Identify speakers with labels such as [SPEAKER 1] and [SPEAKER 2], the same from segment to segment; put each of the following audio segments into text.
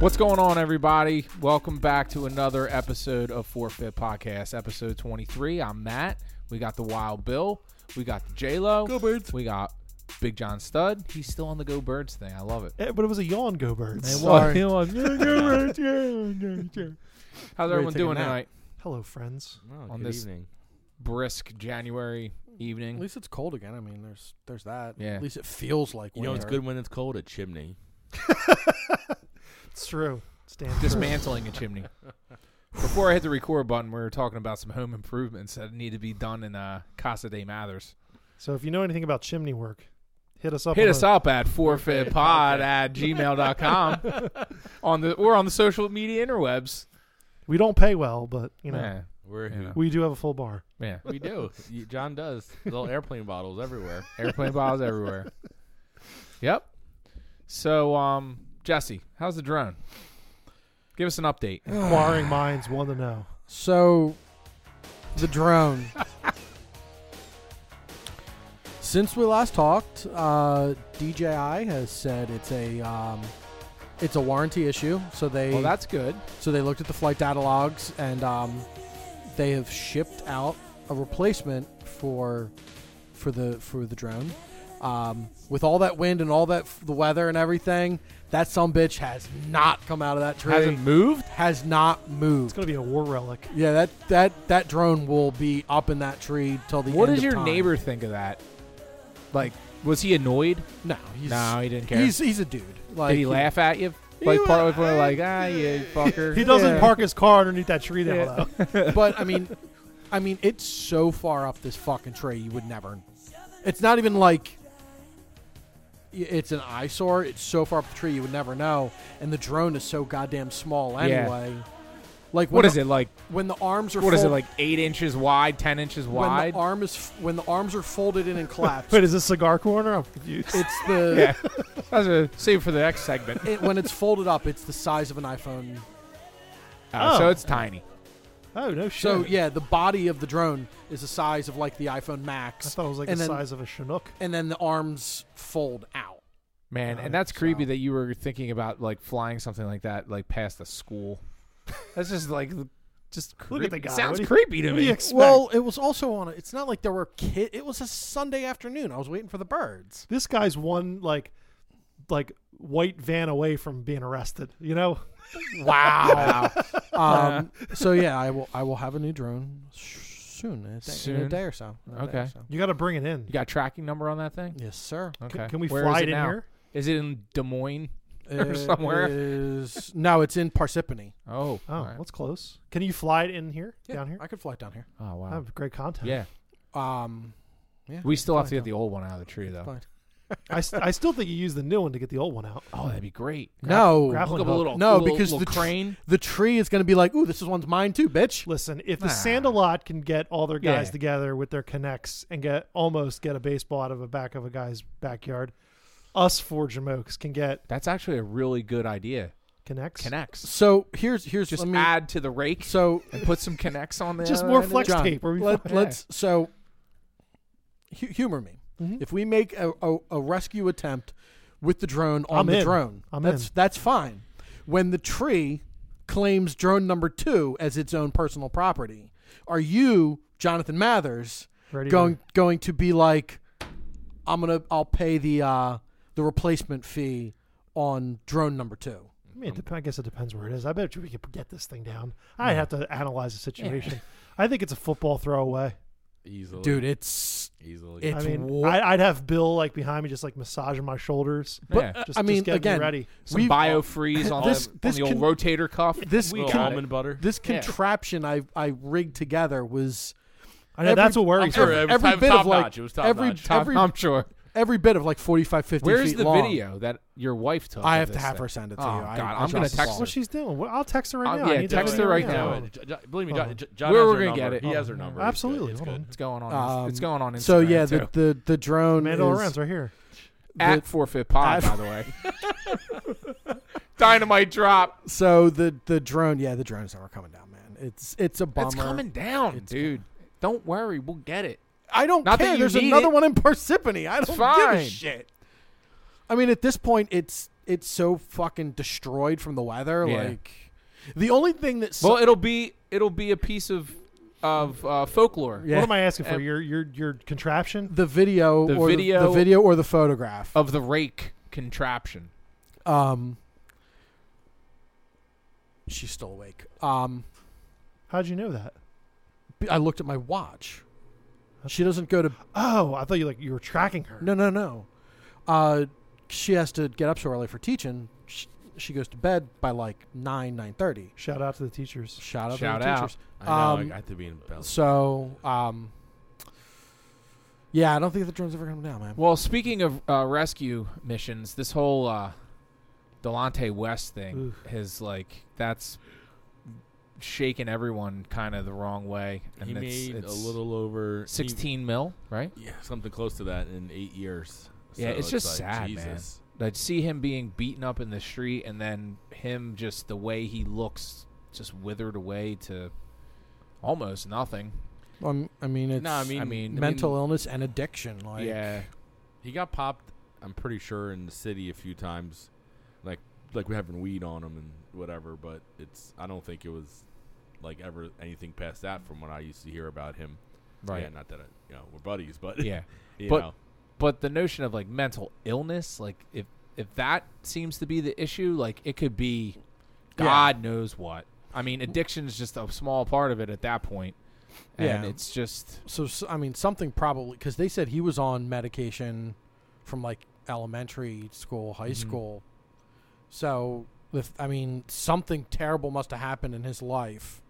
[SPEAKER 1] What's going on, everybody? Welcome back to another episode of Forfeit Podcast, episode 23. I'm Matt. We got the Wild Bill. We got the J Lo.
[SPEAKER 2] Go Birds.
[SPEAKER 1] We got Big John Stud. He's still on the Go Birds thing. I love it.
[SPEAKER 2] Eh, but it was a yawn, Go Birds.
[SPEAKER 1] He was- How's everyone
[SPEAKER 2] take a
[SPEAKER 1] doing
[SPEAKER 2] nap.
[SPEAKER 1] tonight?
[SPEAKER 2] Hello, friends.
[SPEAKER 3] Oh,
[SPEAKER 1] on
[SPEAKER 3] good
[SPEAKER 1] this-
[SPEAKER 3] evening.
[SPEAKER 1] Brisk January
[SPEAKER 4] At
[SPEAKER 1] evening.
[SPEAKER 4] least it's cold again. I mean, there's there's that.
[SPEAKER 1] Yeah.
[SPEAKER 4] At least it feels like
[SPEAKER 3] You know it's
[SPEAKER 4] winter.
[SPEAKER 3] good when it's cold. A chimney.
[SPEAKER 2] It's true. It's damn true.
[SPEAKER 1] Dismantling a chimney. Before I hit the record button, we were talking about some home improvements that need to be done in uh, Casa de Mathers.
[SPEAKER 2] So if you know anything about chimney work, hit us up.
[SPEAKER 1] Hit
[SPEAKER 2] on
[SPEAKER 1] us
[SPEAKER 2] our-
[SPEAKER 1] up at forfeitpod at gmail.com on the, or on the social media interwebs.
[SPEAKER 2] We don't pay well, but you know
[SPEAKER 1] Yeah,
[SPEAKER 3] We're
[SPEAKER 1] You
[SPEAKER 3] who-
[SPEAKER 1] know.
[SPEAKER 2] we do have a full bar.
[SPEAKER 1] yeah.
[SPEAKER 3] we do. You- John does. Little airplane bottles everywhere.
[SPEAKER 1] Airplane bottles everywhere. Yep. So, um, Jesse, how's the drone? Give us an update.
[SPEAKER 2] Inquiring minds want to know.
[SPEAKER 4] So, the drone. Since we last talked, uh, DJI has said it's a um, it's a warranty issue. So they
[SPEAKER 1] Well, that's good.
[SPEAKER 4] so they looked at the flight data logs and um, they have shipped out a replacement for for the for the drone. Um, with all that wind and all that f- the weather and everything, that some bitch has not come out of that tree.
[SPEAKER 1] Hasn't moved.
[SPEAKER 4] has not
[SPEAKER 2] It's
[SPEAKER 4] moved.
[SPEAKER 2] gonna be a war relic.
[SPEAKER 4] Yeah, that that that drone will be up in that tree till the
[SPEAKER 1] What
[SPEAKER 4] end
[SPEAKER 1] does
[SPEAKER 4] of
[SPEAKER 1] your
[SPEAKER 4] time.
[SPEAKER 1] neighbor think of that? Like, was he annoyed?
[SPEAKER 4] No, he's
[SPEAKER 1] no, he didn't care.
[SPEAKER 4] he's he's a dude. Like
[SPEAKER 1] Did he laugh at you? Like,
[SPEAKER 4] He
[SPEAKER 1] part
[SPEAKER 4] was-
[SPEAKER 1] of it, like, ah, you fucker.
[SPEAKER 2] He doesn't
[SPEAKER 4] Yeah.
[SPEAKER 2] park his car underneath that tree there.
[SPEAKER 1] Yeah.
[SPEAKER 2] though.
[SPEAKER 4] But I mean, I mean, it's so far up this fucking tree, you would never. It's not even like y- it's an eyesore. It's so far up the tree, you would never know. And the drone is so goddamn small
[SPEAKER 1] Yeah.
[SPEAKER 4] anyway. Like when
[SPEAKER 1] What
[SPEAKER 4] the,
[SPEAKER 1] is it like?
[SPEAKER 4] When the arms are
[SPEAKER 1] What is it
[SPEAKER 4] fold-
[SPEAKER 1] like? Eight inches wide, ten inches
[SPEAKER 4] When
[SPEAKER 1] wide.
[SPEAKER 4] the arm is f- when the arms are folded in and collapsed.
[SPEAKER 2] Wait, is this cigar corner? I'm confused.
[SPEAKER 4] it's the
[SPEAKER 1] yeah, that's a save for the next segment.
[SPEAKER 4] it, when it's folded up, it's the size of an iPhone.
[SPEAKER 1] Uh, So
[SPEAKER 2] Oh.
[SPEAKER 1] it's tiny.
[SPEAKER 2] Oh no shit.
[SPEAKER 4] So yeah, the body of the drone is the size of like the iPhone
[SPEAKER 2] I
[SPEAKER 4] Max,
[SPEAKER 2] thought it was like the
[SPEAKER 4] and then-
[SPEAKER 2] size of a Chinook.
[SPEAKER 4] and then the arms fold out.
[SPEAKER 1] Man,
[SPEAKER 2] Got
[SPEAKER 1] and
[SPEAKER 2] it.
[SPEAKER 1] that's creepy
[SPEAKER 4] So-
[SPEAKER 1] that you were thinking about like flying something like that, like past the school. that's just like, just
[SPEAKER 2] Look at the
[SPEAKER 1] creepy.
[SPEAKER 2] guy.
[SPEAKER 1] Sounds
[SPEAKER 2] What do you-
[SPEAKER 1] creepy to
[SPEAKER 2] What do
[SPEAKER 1] me.
[SPEAKER 2] you expect?
[SPEAKER 4] Well, it was also on. A, it's not like there were kid. It was a Sunday afternoon. I was waiting for the birds.
[SPEAKER 2] this guy's one like like white van away from being arrested. You know,
[SPEAKER 4] Wow. um,
[SPEAKER 1] Uh-huh.
[SPEAKER 4] so yeah, I will. I will have a new drone sh- soon. In a day, in
[SPEAKER 1] Soon?
[SPEAKER 4] a day or so. In a day or
[SPEAKER 1] Okay.
[SPEAKER 4] so.
[SPEAKER 2] you got to bring it in.
[SPEAKER 1] you got a tracking number on that thing?
[SPEAKER 4] Yes, sir.
[SPEAKER 1] Okay.
[SPEAKER 2] Can, can we
[SPEAKER 1] Where is
[SPEAKER 2] fly
[SPEAKER 1] it
[SPEAKER 2] it in
[SPEAKER 1] now?
[SPEAKER 2] here?
[SPEAKER 1] Is it in Des Moines? Or
[SPEAKER 4] It
[SPEAKER 1] somewhere.
[SPEAKER 4] is- no, it's in Parsippany.
[SPEAKER 1] Oh,
[SPEAKER 2] Oh,
[SPEAKER 1] all right.
[SPEAKER 2] that's close. Can you fly it in here?
[SPEAKER 4] Yeah,
[SPEAKER 2] Down here?
[SPEAKER 4] I could fly it down here.
[SPEAKER 1] oh wow.
[SPEAKER 2] I have great content.
[SPEAKER 1] yeah,
[SPEAKER 4] Um, yeah,
[SPEAKER 1] we still have to
[SPEAKER 4] fly it
[SPEAKER 1] get the old one out of the tree though.
[SPEAKER 4] down.
[SPEAKER 2] I, s- I still think you use the new one to get the old one out.
[SPEAKER 1] Oh, that'd be great.
[SPEAKER 4] No,
[SPEAKER 2] grapple-
[SPEAKER 1] Hook up a
[SPEAKER 2] hook.
[SPEAKER 1] little
[SPEAKER 4] No,
[SPEAKER 1] little-
[SPEAKER 4] because
[SPEAKER 1] little
[SPEAKER 4] the tr-
[SPEAKER 1] crane.
[SPEAKER 4] the tree is going to be like, ooh, this is one's mine too, bitch.
[SPEAKER 2] Listen, if the
[SPEAKER 1] Nah.
[SPEAKER 2] Sandalot can get all their guys
[SPEAKER 1] Yeah.
[SPEAKER 2] together with their connects and get almost get a baseball out of a back of a guy's backyard, us four Jamokes can get
[SPEAKER 1] That's actually a really good idea.
[SPEAKER 2] connects.
[SPEAKER 1] Connects.
[SPEAKER 4] So here's here's
[SPEAKER 1] Just
[SPEAKER 4] let me,
[SPEAKER 1] add to the rake
[SPEAKER 4] so
[SPEAKER 1] and put some connects on there.
[SPEAKER 2] Just more flex
[SPEAKER 4] John,
[SPEAKER 2] tape. Or we
[SPEAKER 4] let,
[SPEAKER 1] fine.
[SPEAKER 4] us so hu- humor me.
[SPEAKER 2] Mhm.
[SPEAKER 4] If we make a, a, a rescue attempt with the drone on
[SPEAKER 2] I'm
[SPEAKER 4] the
[SPEAKER 2] in.
[SPEAKER 4] drone,
[SPEAKER 2] I'm
[SPEAKER 4] that's
[SPEAKER 2] in.
[SPEAKER 4] that's fine. When the tree claims drone number two as its own personal property, are you Jonathan Mathers
[SPEAKER 2] Ready,
[SPEAKER 4] going
[SPEAKER 2] ready.
[SPEAKER 4] going to be like, I'm gonna I'll pay the uh, the replacement fee on drone number two?
[SPEAKER 2] I, mean, it dep- I guess it depends where it is. I bet you we could get this thing down. I have to analyze the situation. I think it's a football throwaway.
[SPEAKER 3] Easily,
[SPEAKER 4] Dude, it's
[SPEAKER 3] Easily.
[SPEAKER 4] it's
[SPEAKER 2] I mean,
[SPEAKER 4] wa-
[SPEAKER 2] I, I'd have Bill like behind me, just like massaging my shoulders.
[SPEAKER 1] Yeah.
[SPEAKER 2] Just,
[SPEAKER 4] I mean,
[SPEAKER 2] just get
[SPEAKER 4] again,
[SPEAKER 2] me ready.
[SPEAKER 1] some
[SPEAKER 4] we've-
[SPEAKER 1] biofreeze on,
[SPEAKER 4] this-
[SPEAKER 1] the,
[SPEAKER 4] this
[SPEAKER 1] on the
[SPEAKER 4] can-
[SPEAKER 1] old rotator cuff.
[SPEAKER 4] this
[SPEAKER 3] Little
[SPEAKER 4] con-
[SPEAKER 3] almond butter.
[SPEAKER 4] this
[SPEAKER 1] Yeah.
[SPEAKER 4] contraption I I rigged together was
[SPEAKER 2] I know
[SPEAKER 4] every-
[SPEAKER 2] that's what worries
[SPEAKER 3] sure
[SPEAKER 2] me.
[SPEAKER 3] it was
[SPEAKER 4] every
[SPEAKER 3] top-
[SPEAKER 4] bit
[SPEAKER 3] top
[SPEAKER 4] of like
[SPEAKER 3] notch. It was top
[SPEAKER 4] every
[SPEAKER 3] notch.
[SPEAKER 4] every
[SPEAKER 1] I'm sure.
[SPEAKER 4] every bit of like 45 50
[SPEAKER 1] Where's
[SPEAKER 4] feet
[SPEAKER 1] the
[SPEAKER 4] long.
[SPEAKER 1] video that your wife took?
[SPEAKER 4] I
[SPEAKER 1] of
[SPEAKER 4] have to
[SPEAKER 1] this
[SPEAKER 4] have
[SPEAKER 1] thing?
[SPEAKER 4] her send it to
[SPEAKER 1] Oh,
[SPEAKER 4] you. I-
[SPEAKER 1] God,
[SPEAKER 4] I
[SPEAKER 1] I'm gonna
[SPEAKER 4] dropped the
[SPEAKER 1] text
[SPEAKER 4] ball.
[SPEAKER 1] her.
[SPEAKER 2] what she's doing. Well, I'll text her right
[SPEAKER 1] Uh,
[SPEAKER 2] now. I
[SPEAKER 1] yeah,
[SPEAKER 2] need to
[SPEAKER 1] text
[SPEAKER 2] know
[SPEAKER 1] her
[SPEAKER 2] right
[SPEAKER 1] right now. Uh-huh.
[SPEAKER 3] No, J- J- believe me,
[SPEAKER 2] Hold on.
[SPEAKER 3] John, J- John
[SPEAKER 1] We're-
[SPEAKER 3] has
[SPEAKER 1] we're
[SPEAKER 3] her
[SPEAKER 1] gonna get
[SPEAKER 3] number.
[SPEAKER 1] it.
[SPEAKER 3] He has her
[SPEAKER 2] Oh,
[SPEAKER 3] number.
[SPEAKER 2] absolutely.
[SPEAKER 3] It's
[SPEAKER 2] Hold
[SPEAKER 3] good.
[SPEAKER 2] on.
[SPEAKER 3] It's
[SPEAKER 1] It's going on. it's
[SPEAKER 4] Um,
[SPEAKER 1] going on Instagram.
[SPEAKER 4] So yeah,
[SPEAKER 1] too.
[SPEAKER 4] the, the the drone
[SPEAKER 2] Mandel
[SPEAKER 4] is
[SPEAKER 2] Lorenz right here.
[SPEAKER 1] at
[SPEAKER 4] the-
[SPEAKER 1] forfeit pod,
[SPEAKER 4] at-
[SPEAKER 1] by the way. Dynamite drop.
[SPEAKER 4] So the the drone, yeah, the drone's never coming down, man. It's it's a bummer.
[SPEAKER 1] It's coming down,
[SPEAKER 4] It's
[SPEAKER 1] dude. Don't worry, we'll get it.
[SPEAKER 4] I don't
[SPEAKER 1] Not that
[SPEAKER 4] care.
[SPEAKER 1] you
[SPEAKER 4] There's
[SPEAKER 1] need
[SPEAKER 4] another
[SPEAKER 1] it.
[SPEAKER 4] one in Parsippany. I don't
[SPEAKER 1] It's
[SPEAKER 4] give
[SPEAKER 1] fine.
[SPEAKER 4] a shit. I mean, at this point, it's it's so fucking destroyed from the weather.
[SPEAKER 1] Yeah.
[SPEAKER 4] Like the only thing that
[SPEAKER 1] well,
[SPEAKER 4] sucks
[SPEAKER 1] it'll be it'll be a piece of of uh, folklore
[SPEAKER 4] Yeah.
[SPEAKER 2] What am I asking for?
[SPEAKER 1] Um,
[SPEAKER 2] Your your your contraption?
[SPEAKER 4] the video
[SPEAKER 1] The
[SPEAKER 4] or the- the,
[SPEAKER 1] video-
[SPEAKER 4] video or the photograph.
[SPEAKER 1] of the rake contraption.
[SPEAKER 4] Um, she's still awake. Um,
[SPEAKER 2] How'd you know that?
[SPEAKER 4] b- I looked at my watch. She doesn't go to
[SPEAKER 2] Oh, I thought you like you were tracking her.
[SPEAKER 4] no no no. Uh, she has to get up so early for teaching. She, she goes to bed by like nine nine thirty.
[SPEAKER 2] Shout out to the teachers.
[SPEAKER 4] Shout out
[SPEAKER 1] Shout
[SPEAKER 4] to the
[SPEAKER 1] out.
[SPEAKER 4] teachers.
[SPEAKER 3] I know.
[SPEAKER 4] Um,
[SPEAKER 3] I have to be in balance.
[SPEAKER 4] So um, yeah, I don't think the drone's ever come down, man.
[SPEAKER 1] Well, speaking of uh, rescue missions, this whole uh, Delonte West thing has like that's shaken everyone kind of the wrong way. And
[SPEAKER 3] he
[SPEAKER 1] it's,
[SPEAKER 3] made
[SPEAKER 1] it's
[SPEAKER 3] a little over he-
[SPEAKER 1] sixteen mil, right?
[SPEAKER 3] yeah, something close to that in eight years.
[SPEAKER 1] Yeah,
[SPEAKER 3] So
[SPEAKER 1] it's just
[SPEAKER 3] like,
[SPEAKER 1] sad, man.
[SPEAKER 3] Jesus.
[SPEAKER 1] I'd see him being beaten up in the street, and then him just the way he looks, just withered away to almost nothing.
[SPEAKER 4] Um, I mean, it's
[SPEAKER 3] No, I mean,
[SPEAKER 1] I mean,
[SPEAKER 4] mental illness and addiction. Like,
[SPEAKER 1] yeah,
[SPEAKER 3] he got popped. I'm pretty sure in the city a few times, like like we having weed on him and whatever. But it's I don't think it was like ever anything past that from what I used to hear about him.
[SPEAKER 1] right,
[SPEAKER 3] Yeah, not that I, you know we're buddies, but
[SPEAKER 1] yeah.
[SPEAKER 3] you
[SPEAKER 1] But-
[SPEAKER 3] know.
[SPEAKER 1] but the notion of like mental illness like if if that seems to be the issue like it could be
[SPEAKER 4] Yeah.
[SPEAKER 1] god knows what i mean addiction is just a small part of it at that point and
[SPEAKER 4] Yeah.
[SPEAKER 1] it's just
[SPEAKER 4] So s- I mean, something probably because they said he was on medication from like elementary school, high
[SPEAKER 1] Mhm.
[SPEAKER 4] school. So if, I mean, something terrible must have happened in his life.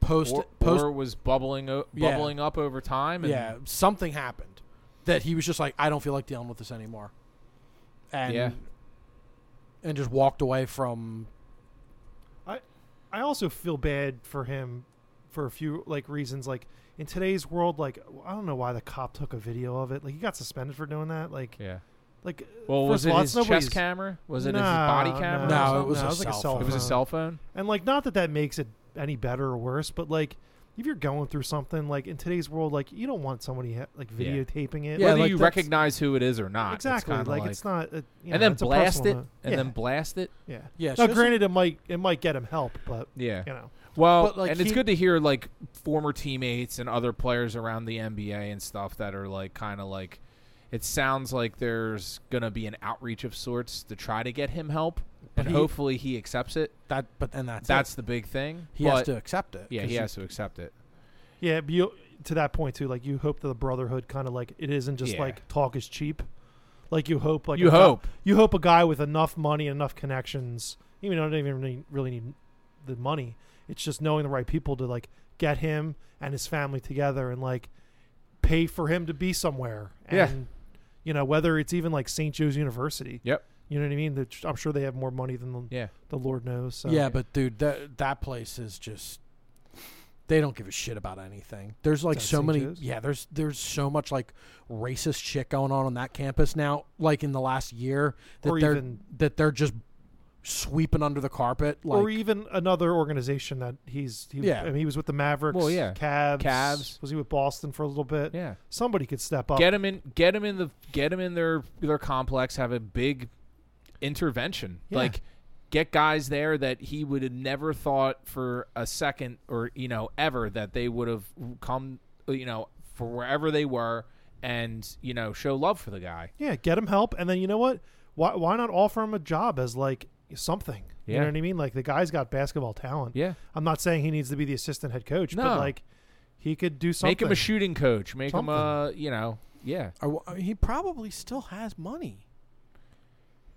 [SPEAKER 4] Post
[SPEAKER 1] or,
[SPEAKER 4] post
[SPEAKER 1] or was bubbling o-
[SPEAKER 4] Yeah.
[SPEAKER 1] bubbling up over time and
[SPEAKER 4] yeah, something happened that he was just like, I don't feel like dealing with this anymore, and
[SPEAKER 1] Yeah.
[SPEAKER 4] and just walked away from
[SPEAKER 2] I also feel bad for him for a few like reasons. Like in today's world, like I don't know why the cop took a video of it. Like he got suspended for doing that. Like
[SPEAKER 1] yeah
[SPEAKER 2] like
[SPEAKER 1] well was
[SPEAKER 2] first of
[SPEAKER 1] it
[SPEAKER 2] all,
[SPEAKER 1] his
[SPEAKER 2] it's nobody's-
[SPEAKER 1] chest camera was it his body
[SPEAKER 2] No,
[SPEAKER 1] camera or
[SPEAKER 4] No,
[SPEAKER 1] something?
[SPEAKER 4] it was a
[SPEAKER 2] like
[SPEAKER 4] cell
[SPEAKER 1] it was a
[SPEAKER 4] phone.
[SPEAKER 1] cell phone
[SPEAKER 2] And like, not that that makes it any better or worse, but like, if you're going through something, like in today's world, like you don't want somebody ha- like
[SPEAKER 1] Yeah.
[SPEAKER 2] videotaping it.
[SPEAKER 4] Yeah,
[SPEAKER 1] whether
[SPEAKER 4] like
[SPEAKER 1] you
[SPEAKER 4] that's-
[SPEAKER 1] recognize who it is or not it's
[SPEAKER 2] exactly.
[SPEAKER 1] kinda
[SPEAKER 2] like, it's not. A, you know,
[SPEAKER 1] and then
[SPEAKER 2] it's a
[SPEAKER 1] blast it
[SPEAKER 2] personal
[SPEAKER 1] and
[SPEAKER 2] note. yeah.
[SPEAKER 1] then blast it
[SPEAKER 2] yeah.
[SPEAKER 4] yeah.
[SPEAKER 2] Now,
[SPEAKER 4] she doesn't-
[SPEAKER 2] granted, it might it might get him help, but
[SPEAKER 1] yeah
[SPEAKER 2] you know,
[SPEAKER 1] Well,
[SPEAKER 4] But, like,
[SPEAKER 1] and it's
[SPEAKER 4] he-
[SPEAKER 1] good to hear like former teammates and other players around the NBA and stuff that are like kind of like it sounds like there's going to be an outreach of sorts to try to get him help
[SPEAKER 4] But
[SPEAKER 1] and
[SPEAKER 4] he-
[SPEAKER 1] hopefully he accepts it.
[SPEAKER 4] that, but then that's it.
[SPEAKER 1] That's the big thing.
[SPEAKER 4] he
[SPEAKER 1] but,
[SPEAKER 4] has to accept it.
[SPEAKER 1] yeah,
[SPEAKER 4] 'cause
[SPEAKER 1] he has to accept it.
[SPEAKER 2] yeah. But you, to that point too, like you hope that the brotherhood kind of like it isn't just
[SPEAKER 1] Yeah.
[SPEAKER 2] like talk is cheap. Like you hope, like
[SPEAKER 1] you
[SPEAKER 2] a guy-
[SPEAKER 1] hope.
[SPEAKER 2] you hope a guy with enough money and enough connections, even though I don't even really, really need the money. It's just knowing the right people to like get him and his family together and like pay for him to be somewhere. And,
[SPEAKER 1] Yeah.
[SPEAKER 2] You know, whether it's even like St. Joe's University.
[SPEAKER 1] Yep.
[SPEAKER 2] You know what I mean? That I'm sure they have more money than the,
[SPEAKER 1] Yeah.
[SPEAKER 2] the Lord knows. So.
[SPEAKER 4] yeah, but dude, that that place is just they don't give a shit about anything. There's like
[SPEAKER 2] that
[SPEAKER 4] so
[SPEAKER 2] St.
[SPEAKER 4] many
[SPEAKER 2] Joe's?
[SPEAKER 4] yeah, there's there's so much like racist shit going on on that campus now like in the last year that
[SPEAKER 2] Or
[SPEAKER 4] they're
[SPEAKER 2] even-
[SPEAKER 4] that they're just sweeping under the carpet like
[SPEAKER 2] or e even another organization that he's he,
[SPEAKER 4] Yeah.
[SPEAKER 2] I mean, he was with the Mavericks,
[SPEAKER 1] Well, yeah.
[SPEAKER 2] Cavs.
[SPEAKER 1] Cavs.
[SPEAKER 2] Was he with Boston for a little bit?
[SPEAKER 1] Yeah.
[SPEAKER 2] Somebody could step up.
[SPEAKER 1] Get him in get him in the get him in their their complex have a big intervention.
[SPEAKER 2] Yeah.
[SPEAKER 1] Like get guys there that he would have never thought for a second or you know ever that they would have come you know for wherever they were and you know show love for the guy.
[SPEAKER 2] Yeah, get him help, and then you know what? Why why not offer him a job as like something? You
[SPEAKER 1] Yeah.
[SPEAKER 2] know what I mean? Like the guy's got basketball talent.
[SPEAKER 1] Yeah.
[SPEAKER 2] I'm not saying he needs to be the assistant head coach,
[SPEAKER 1] No.
[SPEAKER 2] but like he could do something.
[SPEAKER 1] Make him a shooting coach, make him a you know, yeah.
[SPEAKER 4] I w- I mean, he probably still has money.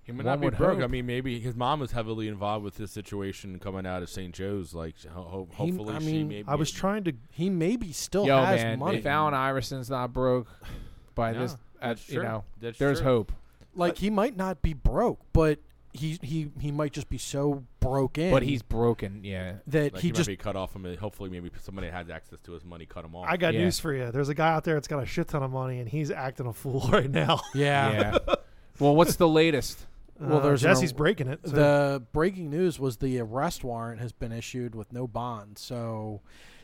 [SPEAKER 3] He might
[SPEAKER 1] One
[SPEAKER 3] not be
[SPEAKER 1] would
[SPEAKER 3] broke. I
[SPEAKER 1] hope.
[SPEAKER 3] mean, maybe his mom was heavily involved with this situation coming out of St. Joe's. Like, ho- ho-
[SPEAKER 4] He-
[SPEAKER 3] hopefully,
[SPEAKER 4] I
[SPEAKER 3] she
[SPEAKER 4] mean,
[SPEAKER 3] maybe.
[SPEAKER 2] I was trying to.
[SPEAKER 4] He maybe still
[SPEAKER 1] Yo
[SPEAKER 4] has
[SPEAKER 1] man,
[SPEAKER 4] money.
[SPEAKER 1] if Allen Iverson's not broke by
[SPEAKER 3] No,
[SPEAKER 1] this at,
[SPEAKER 3] that's
[SPEAKER 1] you
[SPEAKER 3] true.
[SPEAKER 1] know,
[SPEAKER 3] That's
[SPEAKER 1] there's
[SPEAKER 3] true.
[SPEAKER 1] hope.
[SPEAKER 4] like he might not be broke, but he he he might just be so broke in
[SPEAKER 1] But he's broken, yeah.
[SPEAKER 4] that
[SPEAKER 3] Like,
[SPEAKER 4] he,
[SPEAKER 3] he, might
[SPEAKER 4] just
[SPEAKER 3] be cut off from it. Hopefully, maybe somebody had access to his money, cut him off.
[SPEAKER 2] I got
[SPEAKER 1] Yeah.
[SPEAKER 2] news for you. There's a guy out there that's got a shit ton of money, and he's acting a fool right now.
[SPEAKER 4] yeah.
[SPEAKER 1] Yeah. well, what's the latest?
[SPEAKER 4] Well,
[SPEAKER 2] Uh,
[SPEAKER 4] there's an
[SPEAKER 2] Jesse's
[SPEAKER 4] ar-
[SPEAKER 2] breaking it. so-
[SPEAKER 4] The breaking news was the arrest warrant has been issued with no bond. So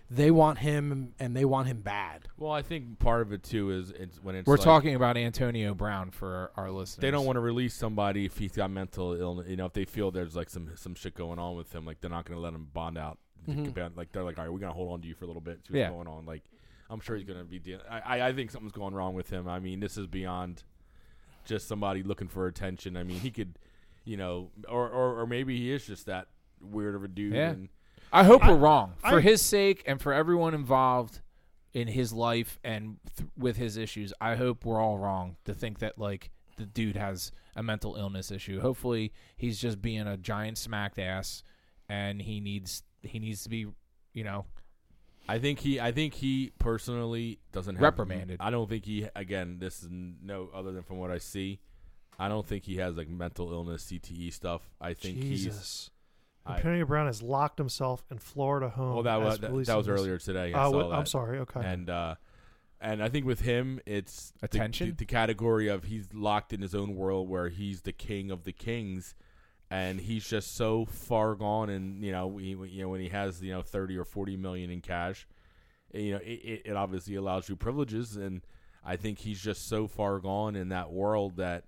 [SPEAKER 4] they want him and they want him bad.
[SPEAKER 3] Well, I think part of it too is it's when it's
[SPEAKER 1] We're
[SPEAKER 3] like,
[SPEAKER 1] talking about Antonio Brown for our, our listeners.
[SPEAKER 3] They don't want to release somebody if he's got mental illness. You know, if they feel there's like some some shit going on with him, like they're not going to let him bond out.
[SPEAKER 4] Mhm.
[SPEAKER 3] Like they're like, all right, we're going to hold on to you for a little bit. See
[SPEAKER 1] Mm-hmm. Yeah.
[SPEAKER 3] what's going on? Like, I'm sure he's going to be dealing. I, I I think something's going wrong with him. I mean, this is beyond just somebody looking for attention. I mean, he could, you know, or or, or maybe he is just that weird of a dude.
[SPEAKER 1] Yeah.
[SPEAKER 3] And,
[SPEAKER 1] I hope
[SPEAKER 2] I-
[SPEAKER 1] we're wrong for
[SPEAKER 2] I-
[SPEAKER 1] his sake and for everyone involved in his life and th- with his issues. I hope we're all wrong to think that like the dude has a mental illness issue. Hopefully, he's just being a giant smacked ass, and he needs he needs to be you know
[SPEAKER 3] I think he. I think he personally doesn't have,
[SPEAKER 1] Reprimanded.
[SPEAKER 3] I don't think he. Again, this is n- no other than from what I see. I don't think he has like mental illness, CTE stuff. I think he's.
[SPEAKER 2] Jesus.
[SPEAKER 3] I-
[SPEAKER 2] Antonio Brown has locked himself in Florida
[SPEAKER 1] Oh,
[SPEAKER 2] home.
[SPEAKER 3] Well, that
[SPEAKER 2] as
[SPEAKER 3] was that,
[SPEAKER 2] police
[SPEAKER 3] that was
[SPEAKER 2] in this-
[SPEAKER 3] earlier today. I
[SPEAKER 2] Uh,
[SPEAKER 3] saw
[SPEAKER 2] wait,
[SPEAKER 3] that.
[SPEAKER 2] I'm sorry. Okay.
[SPEAKER 3] And uh, and I think with him, it's the-
[SPEAKER 1] Attention?
[SPEAKER 3] The, the category of he's locked in his own world where he's the king of the kings, and he's just so far gone. And you know, he, you know when he has you know thirty or forty million in cash, you know it, it, it obviously allows you privileges. And I think he's just so far gone in that world that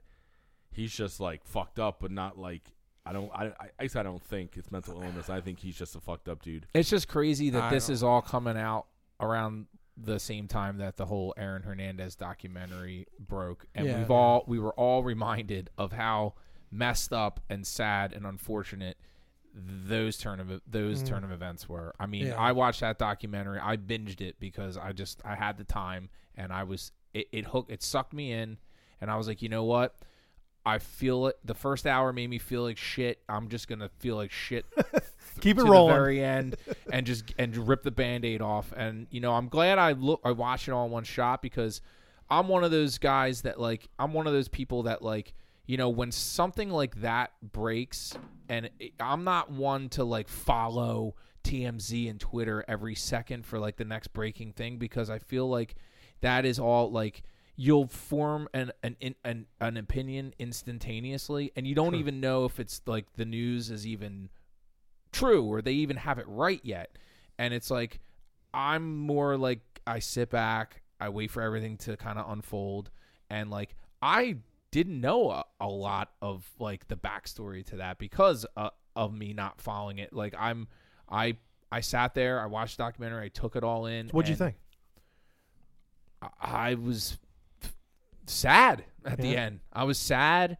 [SPEAKER 3] he's just like fucked up, but not like. I don't. I. I- I guess I don't think it's mental illness. I think he's just a fucked up dude.
[SPEAKER 1] It's just crazy that
[SPEAKER 4] I
[SPEAKER 1] this
[SPEAKER 4] don't-
[SPEAKER 1] is all coming out around the same time that the whole Aaron Hernandez documentary broke, and
[SPEAKER 4] Yeah.
[SPEAKER 1] we've all we were all reminded of how messed up and sad and unfortunate those turn of those
[SPEAKER 2] Mm.
[SPEAKER 1] turn of events were. I mean,
[SPEAKER 4] Yeah.
[SPEAKER 1] I watched that documentary. I binged it because I just I had the time and I was it, it hooked it sucked me in and I was like, you know what? I feel it. The first hour made me feel like shit. I'm just gonna feel like shit
[SPEAKER 2] Keep it
[SPEAKER 1] to
[SPEAKER 2] rolling.
[SPEAKER 1] the very end and just and rip the band-aid off and you know i'm glad i look i watched it all in one shot because i'm one of those guys that like i'm one of those people that like you know when something like that breaks and it, i'm not one to like follow tmz and twitter every second for like the next breaking thing because i feel like that is all like you'll form an an in- an, an opinion instantaneously and you don't
[SPEAKER 2] Sure.
[SPEAKER 1] even know if it's like the news is even true or they even have it right yet. And it's like I'm more like I sit back, I wait for everything to kind of unfold and like I didn't know a, a lot of like the backstory to that because uh, of me not following it. Like I'm I I sat there, I watched the documentary, I took it all in.
[SPEAKER 2] What'd you
[SPEAKER 1] and
[SPEAKER 2] think?
[SPEAKER 1] I I was f- sad at the
[SPEAKER 2] Yeah.
[SPEAKER 1] end. I was sad,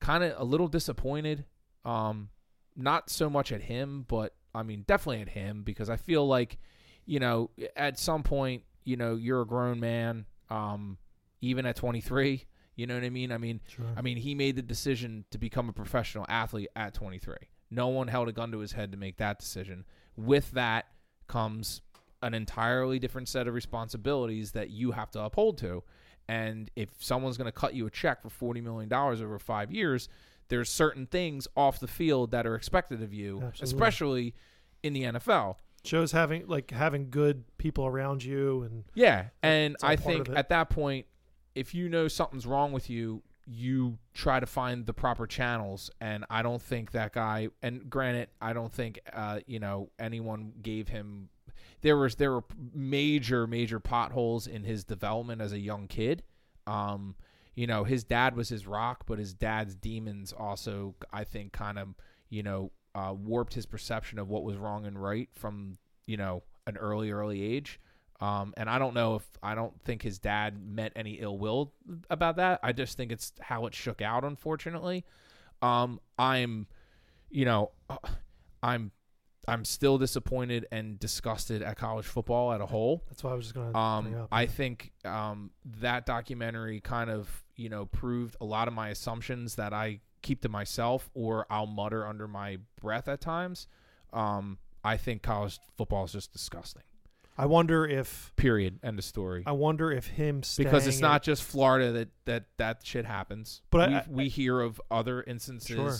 [SPEAKER 1] kind of a little disappointed. Um, not so much at him, but I mean, definitely at him because I feel like, you know, at some point, you know, you're a grown man. Um, even at 23, you know what I mean. I mean,
[SPEAKER 2] Sure.
[SPEAKER 1] I mean, he made the decision to become a professional athlete at 23. No one held a gun to his head to make that decision. With that comes an entirely different set of responsibilities that you have to uphold to. And if someone's going to cut you a check for $40 million over five years, there's certain things off the field that are expected of you,
[SPEAKER 2] Absolutely.
[SPEAKER 1] especially in the NFL.
[SPEAKER 2] shows having like having good people around you and
[SPEAKER 1] Yeah, and
[SPEAKER 2] it's all
[SPEAKER 1] I
[SPEAKER 2] part
[SPEAKER 1] think
[SPEAKER 2] of it.
[SPEAKER 1] at that point, if you know something's wrong with you, you try to find the proper channels. And I don't think that guy. And granted, I don't think uh, you know anyone gave him. There was there were major major potholes in his development as a young kid. Um, you know, his dad was his rock, but his dad's demons also, I think, kind of you know uh, warped his perception of what was wrong and right from you know an early early age. Um, and I don't know if I don't think his dad meant any ill will about that. I just think it's how it shook out, unfortunately. Um, I'm, you know, uh, I'm, I'm still disappointed and disgusted at college football at a whole.
[SPEAKER 2] that's why I was just gonna bring
[SPEAKER 1] Um,
[SPEAKER 2] up.
[SPEAKER 1] I think um, that documentary kind of you know proved a lot of my assumptions that I keep to myself or I'll mutter under my breath at times. Um, I think college football is just disgusting.
[SPEAKER 2] I wonder if
[SPEAKER 1] Period. End of story.
[SPEAKER 2] I wonder if him staying
[SPEAKER 1] Because it's
[SPEAKER 2] in-
[SPEAKER 1] not just Florida that that that shit happens.
[SPEAKER 2] But I-
[SPEAKER 1] we,
[SPEAKER 2] I-
[SPEAKER 1] we hear of other instances
[SPEAKER 2] Sure.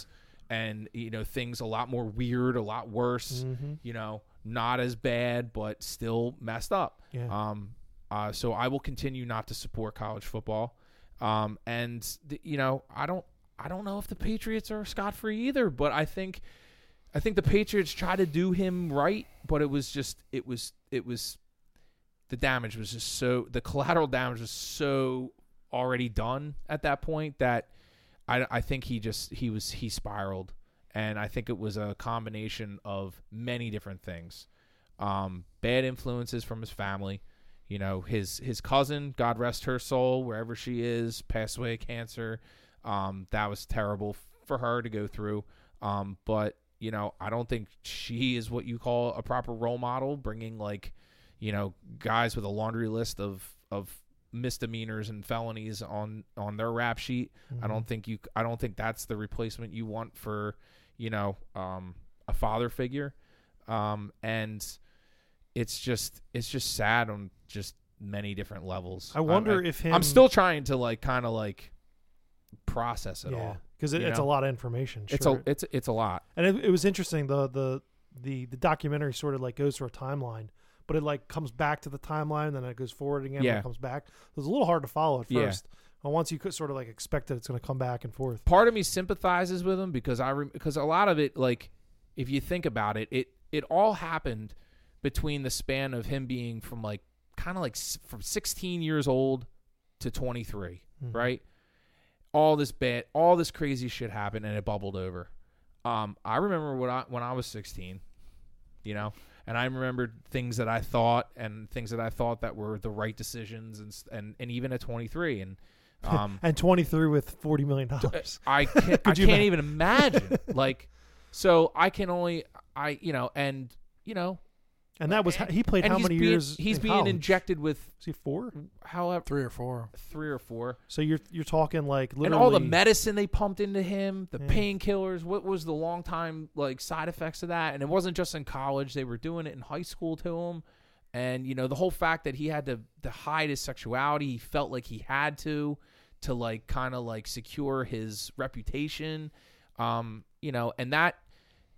[SPEAKER 1] and you know things a lot more weird, a lot worse.
[SPEAKER 2] Mhm.
[SPEAKER 1] You know, not as bad, but still messed up.
[SPEAKER 2] Yeah.
[SPEAKER 1] Um, uh, so I will continue not to support college football. Um, and th- you know, I don't, I don't know if the Patriots are scot free either, but I think I think the Patriots tried to do him right, but it was just it was it was the damage was just so the collateral damage was so already done at that point that I I think he just he was he spiraled and I think it was a combination of many different things. Um bad influences from his family, you know, his his cousin, God rest her soul, wherever she is, passed away of cancer. Um that was terrible for her to go through. Um but you know, I don't think she is what you call a proper role model, bringing like, you know, guys with a laundry list of of misdemeanors and felonies on on their rap sheet.
[SPEAKER 2] mm-hmm.
[SPEAKER 1] I don't think you I don't think that's the replacement you want for, you know, um a father figure. Um and it's just it's just sad on just many different levels.
[SPEAKER 2] I wonder
[SPEAKER 1] I'm,
[SPEAKER 2] if him.
[SPEAKER 1] I'm still trying to like kind of like process it all.
[SPEAKER 2] because it,
[SPEAKER 1] you
[SPEAKER 2] it's
[SPEAKER 1] know?
[SPEAKER 2] a lot of information.
[SPEAKER 1] It's
[SPEAKER 2] sure.
[SPEAKER 1] a it's it's a lot.
[SPEAKER 2] and it, it was interesting. The the the the documentary sort of like goes through a timeline, but it like comes back to the timeline, then it goes forward again, and
[SPEAKER 1] Yeah.
[SPEAKER 2] it comes back. It was a little hard to follow at
[SPEAKER 1] Yeah.
[SPEAKER 2] first. And once you could sort of like expect that it's going to come back and forth.
[SPEAKER 1] part of me sympathizes with him because I rem- because a lot of it like if you think about it it it all happened between the span of him being from like kind of like s- from 16 years old to 23
[SPEAKER 2] Mhm.
[SPEAKER 1] right all this bad all this crazy shit happened and it bubbled over um I remember when I when I was 16 you know and I remembered things that I thought and things that I thought that were the right decisions and s- and and even at 23 and um
[SPEAKER 2] And twenty three with forty million
[SPEAKER 1] Uh,
[SPEAKER 2] dollars.
[SPEAKER 1] I can't, I
[SPEAKER 2] Could you
[SPEAKER 1] can't even imagine. like, so I can only I you know and you know
[SPEAKER 2] And that was
[SPEAKER 1] and-
[SPEAKER 2] he played
[SPEAKER 1] and
[SPEAKER 2] how
[SPEAKER 1] he's
[SPEAKER 2] many
[SPEAKER 1] being,
[SPEAKER 2] years?
[SPEAKER 1] he's
[SPEAKER 2] in
[SPEAKER 1] being
[SPEAKER 2] college?
[SPEAKER 1] injected with
[SPEAKER 2] Is he four?
[SPEAKER 1] however
[SPEAKER 4] Three or four.
[SPEAKER 1] three or four
[SPEAKER 2] So you're you're talking like literally
[SPEAKER 1] and all the medicine they pumped into him, the
[SPEAKER 2] Yeah.
[SPEAKER 1] painkillers. What was the long time like side effects of that? And it wasn't just in college; they were doing it in high school to him. And you know the whole fact that he had to to hide his sexuality, he felt like he had to to like kind of like secure his reputation. Um, you know, and that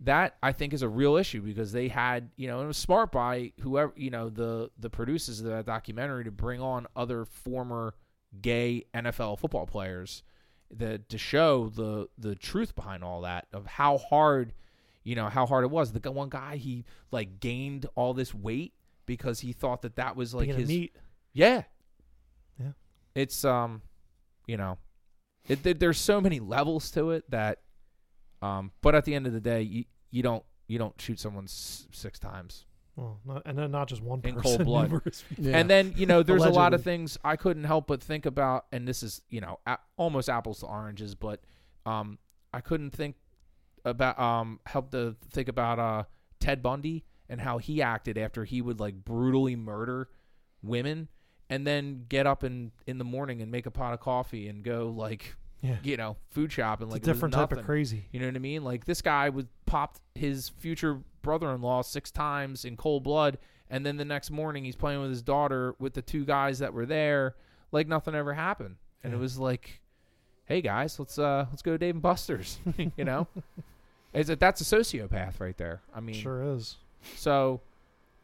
[SPEAKER 1] that I think is a real issue because they had you know it was smart by whoever you know the the producers of that documentary to bring on other former gay NFL football players the to show the the truth behind all that of how hard you know how hard it was the gu- one guy he like gained all this weight because he thought that that was like
[SPEAKER 2] being a
[SPEAKER 1] his
[SPEAKER 2] neat.
[SPEAKER 1] yeah
[SPEAKER 2] Yeah.
[SPEAKER 1] it's um you know it, there- there's so many levels to it that um but at the end of the day you you don't you don't shoot someone s- six times
[SPEAKER 2] Well, not, and then not just one
[SPEAKER 1] In
[SPEAKER 2] person.
[SPEAKER 1] cold blood.
[SPEAKER 2] numerous people.
[SPEAKER 4] Yeah.
[SPEAKER 1] and then you know, there's a lot of
[SPEAKER 2] Allegedly.
[SPEAKER 1] things I couldn't help but think about, and this is you know a- almost apples to oranges, but um, I couldn't think about um help to think about uh Ted Bundy and how he acted after he would like brutally murder women, and then get up in in the morning and make a pot of coffee and go like
[SPEAKER 2] Yeah.
[SPEAKER 1] you know food shop and
[SPEAKER 2] It's
[SPEAKER 1] like
[SPEAKER 2] a different
[SPEAKER 1] it was
[SPEAKER 2] type of
[SPEAKER 1] nothing.
[SPEAKER 2] crazy.
[SPEAKER 1] You know what I mean? Like this guy was popped his future brother-in-law six times in cold blood, and then the next morning he's playing with his daughter with the two guys that were there, like nothing ever happened. And it
[SPEAKER 2] Yeah.
[SPEAKER 1] was like, hey guys, let's uh let's go to Dave and Buster's. you know, is that that's a sociopath right there? I mean,
[SPEAKER 2] Sure is.
[SPEAKER 1] so,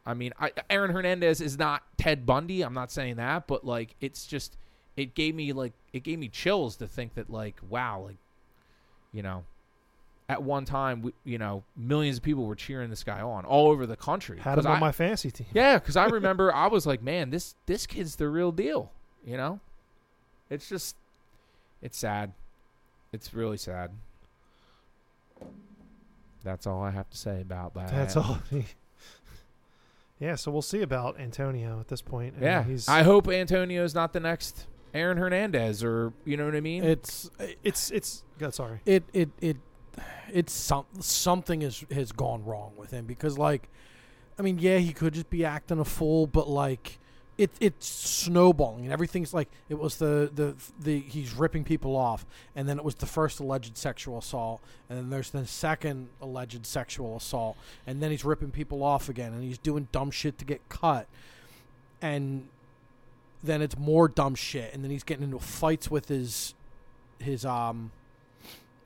[SPEAKER 1] I mean, I, Aaron Hernandez is not Ted Bundy. I'm not saying that, but like, it's just, it gave me like, it gave me chills to think that like, wow, like, you know, at one time, we, you know, millions of people were cheering this guy on all over the country.
[SPEAKER 2] Had him
[SPEAKER 1] 'Cause
[SPEAKER 2] on
[SPEAKER 1] I-
[SPEAKER 2] my fantasy team.
[SPEAKER 1] yeah, because I remember I was like, man, this this kid's the real deal. You know, it's just, it's sad. It's really sad. That's all I have to say about that.
[SPEAKER 4] Uh,
[SPEAKER 2] That's all. yeah, so we'll see about Antonio at this point. I mean,
[SPEAKER 1] Yeah,
[SPEAKER 2] he's.
[SPEAKER 1] I hope Antonio's not the next Aaron Hernandez, or you know what I mean.
[SPEAKER 4] it's
[SPEAKER 2] it's it's. God, sorry.
[SPEAKER 4] it it it it's some something is has gone wrong with him because like I mean yeah he could just be acting a fool but like it it's snowballing and everything's like it was the the the he's ripping people off and then it was the first alleged sexual assault and then there's the second alleged sexual assault and then he's ripping people off again and he's doing dumb shit to get cut and then it's more dumb shit and then he's getting into fights with his his um